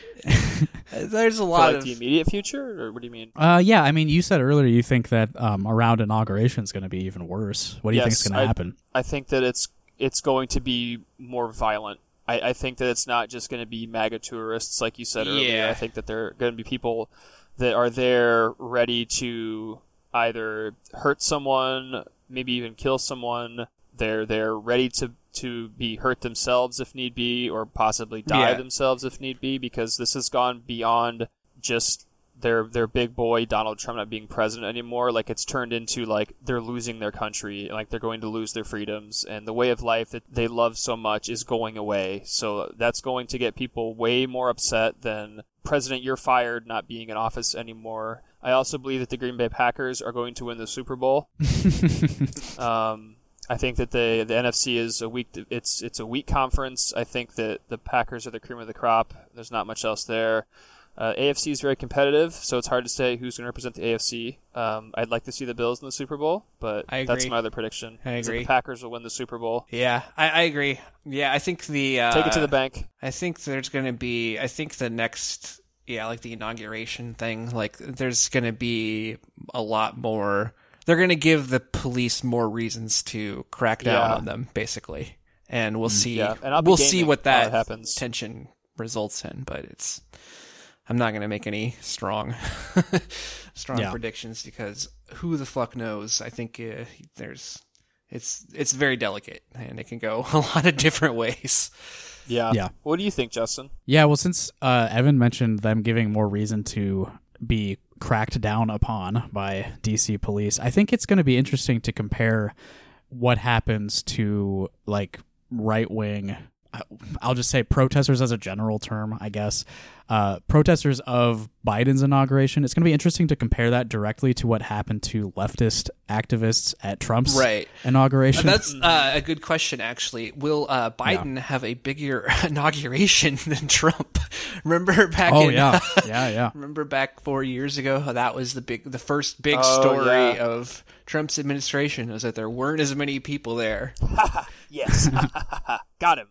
Speaker 4: There's a
Speaker 3: For
Speaker 4: lot
Speaker 3: like
Speaker 4: of
Speaker 3: the immediate future, or what do you mean?
Speaker 2: Uh, yeah, I mean, you said earlier you think that um, around inauguration is going to be even worse. What do you think is
Speaker 3: Yes,
Speaker 2: going
Speaker 3: I-
Speaker 2: to happen?
Speaker 3: I think that it's it's going to be more violent I, I think that it's not just going to be MAGA tourists, like you said earlier.
Speaker 4: Yeah.
Speaker 3: I think that there are going to be people that are there ready to either hurt someone, maybe even kill someone. They're they're ready to to be hurt themselves if need be, or possibly die
Speaker 4: Yeah.
Speaker 3: themselves if need be, because this has gone beyond just their their big boy Donald Trump not being president anymore. Like it's turned into like they're losing their country, like they're going to lose their freedoms, and the way of life that they love so much is going away. So that's going to get people way more upset than President, you're fired, not being in office anymore. I also believe that the Green Bay Packers are going to win the Super Bowl. Um, I think that the the NFC is a weak it's it's a weak conference. I think that the Packers are the cream of the crop. There's not much else there. Uh, AFC is very competitive, so it's hard to say who's going to represent the AFC. Um, I'd like to see the Bills in the Super Bowl, but
Speaker 4: I
Speaker 3: that's
Speaker 4: agree.
Speaker 3: my other prediction.
Speaker 4: I
Speaker 3: is that
Speaker 4: agree.
Speaker 3: the Packers will win the Super Bowl.
Speaker 4: Yeah, I, I agree. Yeah, I think the uh,
Speaker 3: Take it to the bank.
Speaker 4: I think there's going to be. I think the next, yeah, like the inauguration thing. Like, there's going to be a lot more. They're going to give the police more reasons to crack down
Speaker 3: Yeah. Mm,
Speaker 4: on them, basically. And we'll see.
Speaker 3: yeah, and I'll be
Speaker 4: we'll see
Speaker 3: gaming
Speaker 4: what
Speaker 3: how
Speaker 4: that
Speaker 3: it happens.
Speaker 4: tension results in. But it's. I'm not going to make any strong, strong
Speaker 2: Yeah.
Speaker 4: predictions because who the fuck knows? I think uh, there's. It's it's very delicate and it can go a lot of different ways.
Speaker 3: Yeah.
Speaker 2: Yeah.
Speaker 3: What do you think, Justin?
Speaker 2: Yeah, well, since uh, Evan mentioned them giving more reason to be cracked down upon by DC police, I think it's going to be interesting to compare what happens to like right wing. I'll just say protesters as a general term, I guess. Uh, protesters of Biden's inauguration. It's going to be interesting to compare that directly to what happened to leftist activists at Trump's
Speaker 4: Right.
Speaker 2: inauguration.
Speaker 4: That's uh, a good question, actually. Will uh, Biden have a bigger inauguration than Trump? Remember back?
Speaker 2: oh
Speaker 4: in,
Speaker 2: yeah, yeah, yeah.
Speaker 4: remember back four years ago? How that was the big, the first big
Speaker 3: Oh,
Speaker 4: story
Speaker 3: yeah.
Speaker 4: of Trump's administration was that there weren't as many people there.
Speaker 3: Yes. Got him.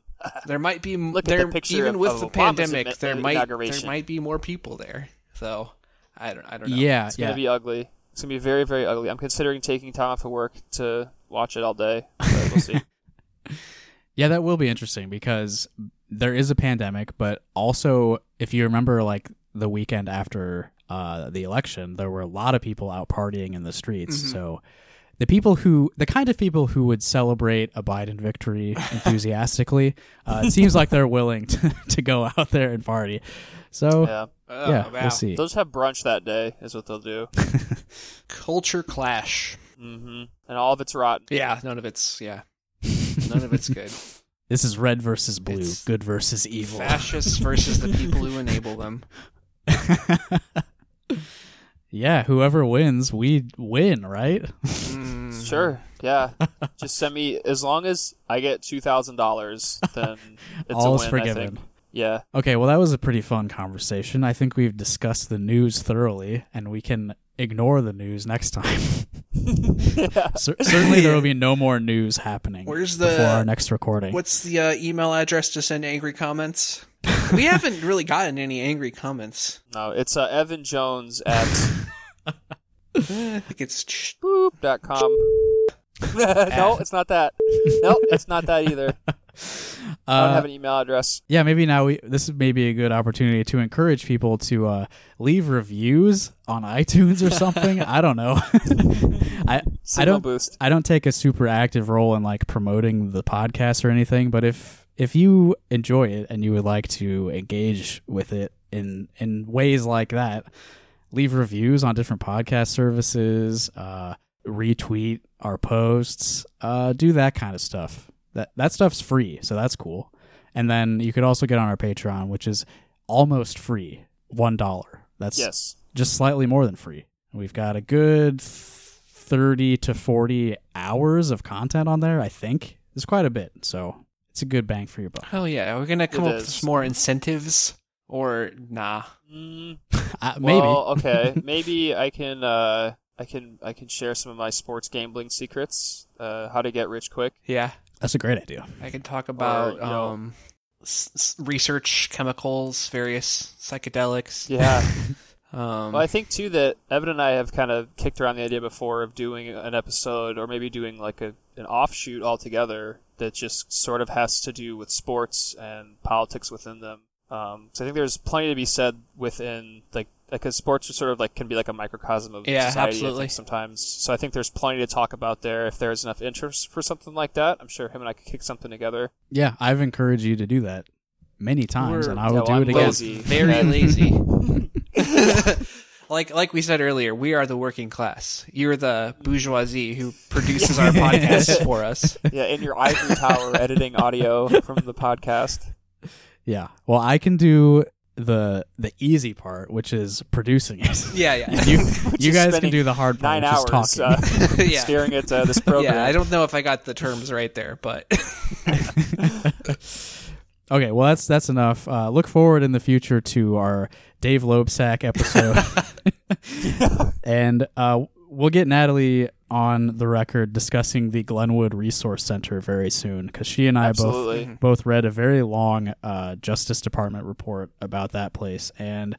Speaker 4: There might be m-
Speaker 3: Look at
Speaker 4: there
Speaker 3: the picture
Speaker 4: even
Speaker 3: of-
Speaker 4: with
Speaker 3: of
Speaker 4: the
Speaker 3: Obama's
Speaker 4: pandemic,
Speaker 3: admi- uh,
Speaker 4: there might there
Speaker 3: inauguration.
Speaker 4: might be more people there. So I don't I don't know.
Speaker 2: Uh, Yeah,
Speaker 3: It's
Speaker 2: yeah.
Speaker 3: gonna be ugly. It's gonna be very, very ugly. I'm considering taking time off of work to watch it all day. But we'll see.
Speaker 2: Yeah, that will be interesting because there is a pandemic, but also if you remember, like the weekend after uh, the election, there were a lot of people out partying in the streets.
Speaker 4: Mm-hmm.
Speaker 2: So the people who, the kind of people who would celebrate a Biden victory enthusiastically, uh, it seems like they're willing to, to go out there and party. So yeah,
Speaker 3: Yeah,
Speaker 4: Oh, wow.
Speaker 2: we'll see.
Speaker 3: they'll just have brunch that day. Is what they'll do.
Speaker 4: Culture clash.
Speaker 3: hmm And all of it's rotten.
Speaker 4: Yeah, none of it's yeah, none of it's good.
Speaker 2: This is red versus blue,
Speaker 4: It's
Speaker 2: good versus evil.
Speaker 4: Fascists versus the people who enable them.
Speaker 2: yeah, whoever wins, we win, right? Mm-hmm.
Speaker 3: Sure. Yeah. just send me as long as I get two thousand dollars, then it's a
Speaker 2: All
Speaker 3: win.
Speaker 2: is
Speaker 3: I
Speaker 2: forgiven.
Speaker 3: think. Yeah.
Speaker 2: Okay, well, that was a pretty fun conversation. I think we've discussed the news thoroughly, and we can ignore the news next time. Cer- certainly, there will be no more news happening
Speaker 4: Where's the-
Speaker 2: before our next recording.
Speaker 4: What's the uh, email address to send angry comments? we haven't really gotten any angry comments.
Speaker 3: No, it's uh, Evan Jones at
Speaker 4: I think it's ch-
Speaker 3: boop.com. no, it's not that. No, it's not that either. I don't
Speaker 2: Uh,
Speaker 3: have an email address.
Speaker 2: yeah, maybe now we, this is maybe a good opportunity to encourage people to uh, leave reviews on iTunes or something. I don't know. I I
Speaker 3: Signal
Speaker 2: don't
Speaker 3: boost.
Speaker 2: I don't take a super active role in like promoting the podcast or anything, but if if you enjoy it and you would like to engage with it in in ways like that, leave reviews on different podcast services, uh, retweet our posts, uh, do that kind of stuff. That that stuff's free, so that's cool. And then you could also get on our Patreon, which is almost free, one dollar. That's
Speaker 3: Yes.
Speaker 2: just slightly more than free. We've got a good th- 30 to 40 hours of content on there, I think. It's quite a bit. So it's a good bang for your buck.
Speaker 4: hell yeah. Are we gonna come
Speaker 3: It
Speaker 4: up with
Speaker 3: is.
Speaker 4: some more incentives or nah?
Speaker 3: Mm.
Speaker 2: Uh,
Speaker 3: Well, okay. Maybe I can uh, I can I can share some of my sports gambling secrets. Uh, how to get rich quick.
Speaker 4: Yeah,
Speaker 2: Maybe. That's a great idea.
Speaker 4: I can talk about
Speaker 3: Or, you know-
Speaker 4: um, s- s- research chemicals, various psychedelics.
Speaker 3: Yeah.
Speaker 4: Um,
Speaker 3: Well, I think too that Evan and I have kind of kicked around the idea before of doing an episode or maybe doing like a, an offshoot altogether that just sort of has to do with sports and politics within them. Um, so I think there's plenty to be said within like because sports are sort of like can be like a microcosm of
Speaker 4: Yeah,
Speaker 3: society I think,
Speaker 4: absolutely.
Speaker 3: sometimes. So I think there's plenty to talk about there. If there's enough interest for something like that, I'm sure him and I could kick something together.
Speaker 2: Yeah, I've encouraged you to do that many times,
Speaker 4: We're-
Speaker 2: and I will
Speaker 3: Yeah,
Speaker 2: do
Speaker 3: well,
Speaker 2: it
Speaker 3: I'm
Speaker 2: again.
Speaker 3: lazy.
Speaker 4: very lazy. like like we said earlier, we are the working class. You're the bourgeoisie who produces our podcasts for us.
Speaker 3: Yeah, in your ivory tower editing audio from the podcast.
Speaker 2: Yeah. Well, I can do the the easy part, which is producing it.
Speaker 4: Yeah, yeah.
Speaker 2: you you
Speaker 3: is
Speaker 2: guys can
Speaker 3: spending
Speaker 2: do the hard part,
Speaker 3: Nine
Speaker 2: which is
Speaker 3: hours
Speaker 2: talking.
Speaker 3: uh,
Speaker 4: Yeah.
Speaker 3: staring at uh, this program.
Speaker 4: Yeah, I don't know if I got the terms right there, but
Speaker 2: Okay, well that's that's enough. Uh, look forward in the future to our Dave Loebsack episode, and uh, we'll get Natalie on the record discussing the Glenwood Resource Center very soon because she and I
Speaker 3: Absolutely.
Speaker 2: both both read a very long uh, Justice Department report about that place, and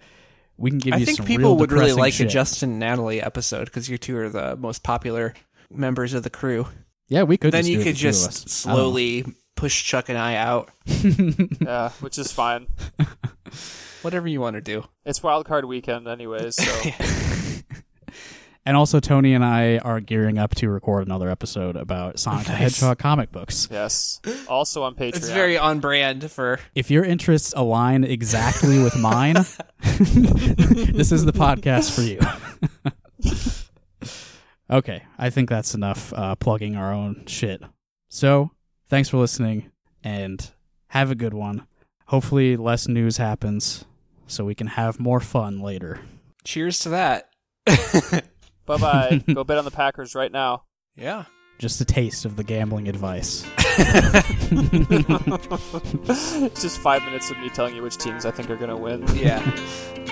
Speaker 2: we can give
Speaker 4: I
Speaker 2: you
Speaker 4: think
Speaker 2: some
Speaker 4: people
Speaker 2: real
Speaker 4: would really
Speaker 2: depressing
Speaker 4: like a
Speaker 2: shit.
Speaker 4: Justin and Natalie episode because you two are the most popular members of the crew.
Speaker 2: Yeah, we could.
Speaker 4: then
Speaker 2: just
Speaker 4: you
Speaker 2: do it,
Speaker 4: could
Speaker 2: the two of us.
Speaker 4: just
Speaker 2: I don't know.
Speaker 4: slowly push Chuck and I out.
Speaker 3: Yeah, which is fine.
Speaker 4: Whatever you want to do.
Speaker 3: It's wild card weekend, anyways. So
Speaker 2: And also, Tony and I are gearing up to record another episode about Sonic the Hedgehog comic books.
Speaker 3: yes. Also on Patreon.
Speaker 4: It's very on brand for
Speaker 2: If your interests align exactly with mine, this is the podcast for you. okay, I think that's enough uh, plugging our own shit. So, thanks for listening and have a good one. Hopefully, less news happens so we can have more fun later.
Speaker 4: cheers to that.
Speaker 3: Bye bye. Go bet on the Packers right now.
Speaker 4: Yeah.
Speaker 2: Just a taste of the gambling advice.
Speaker 3: It's just five minutes of me telling you which teams I think are going to win.
Speaker 4: Yeah.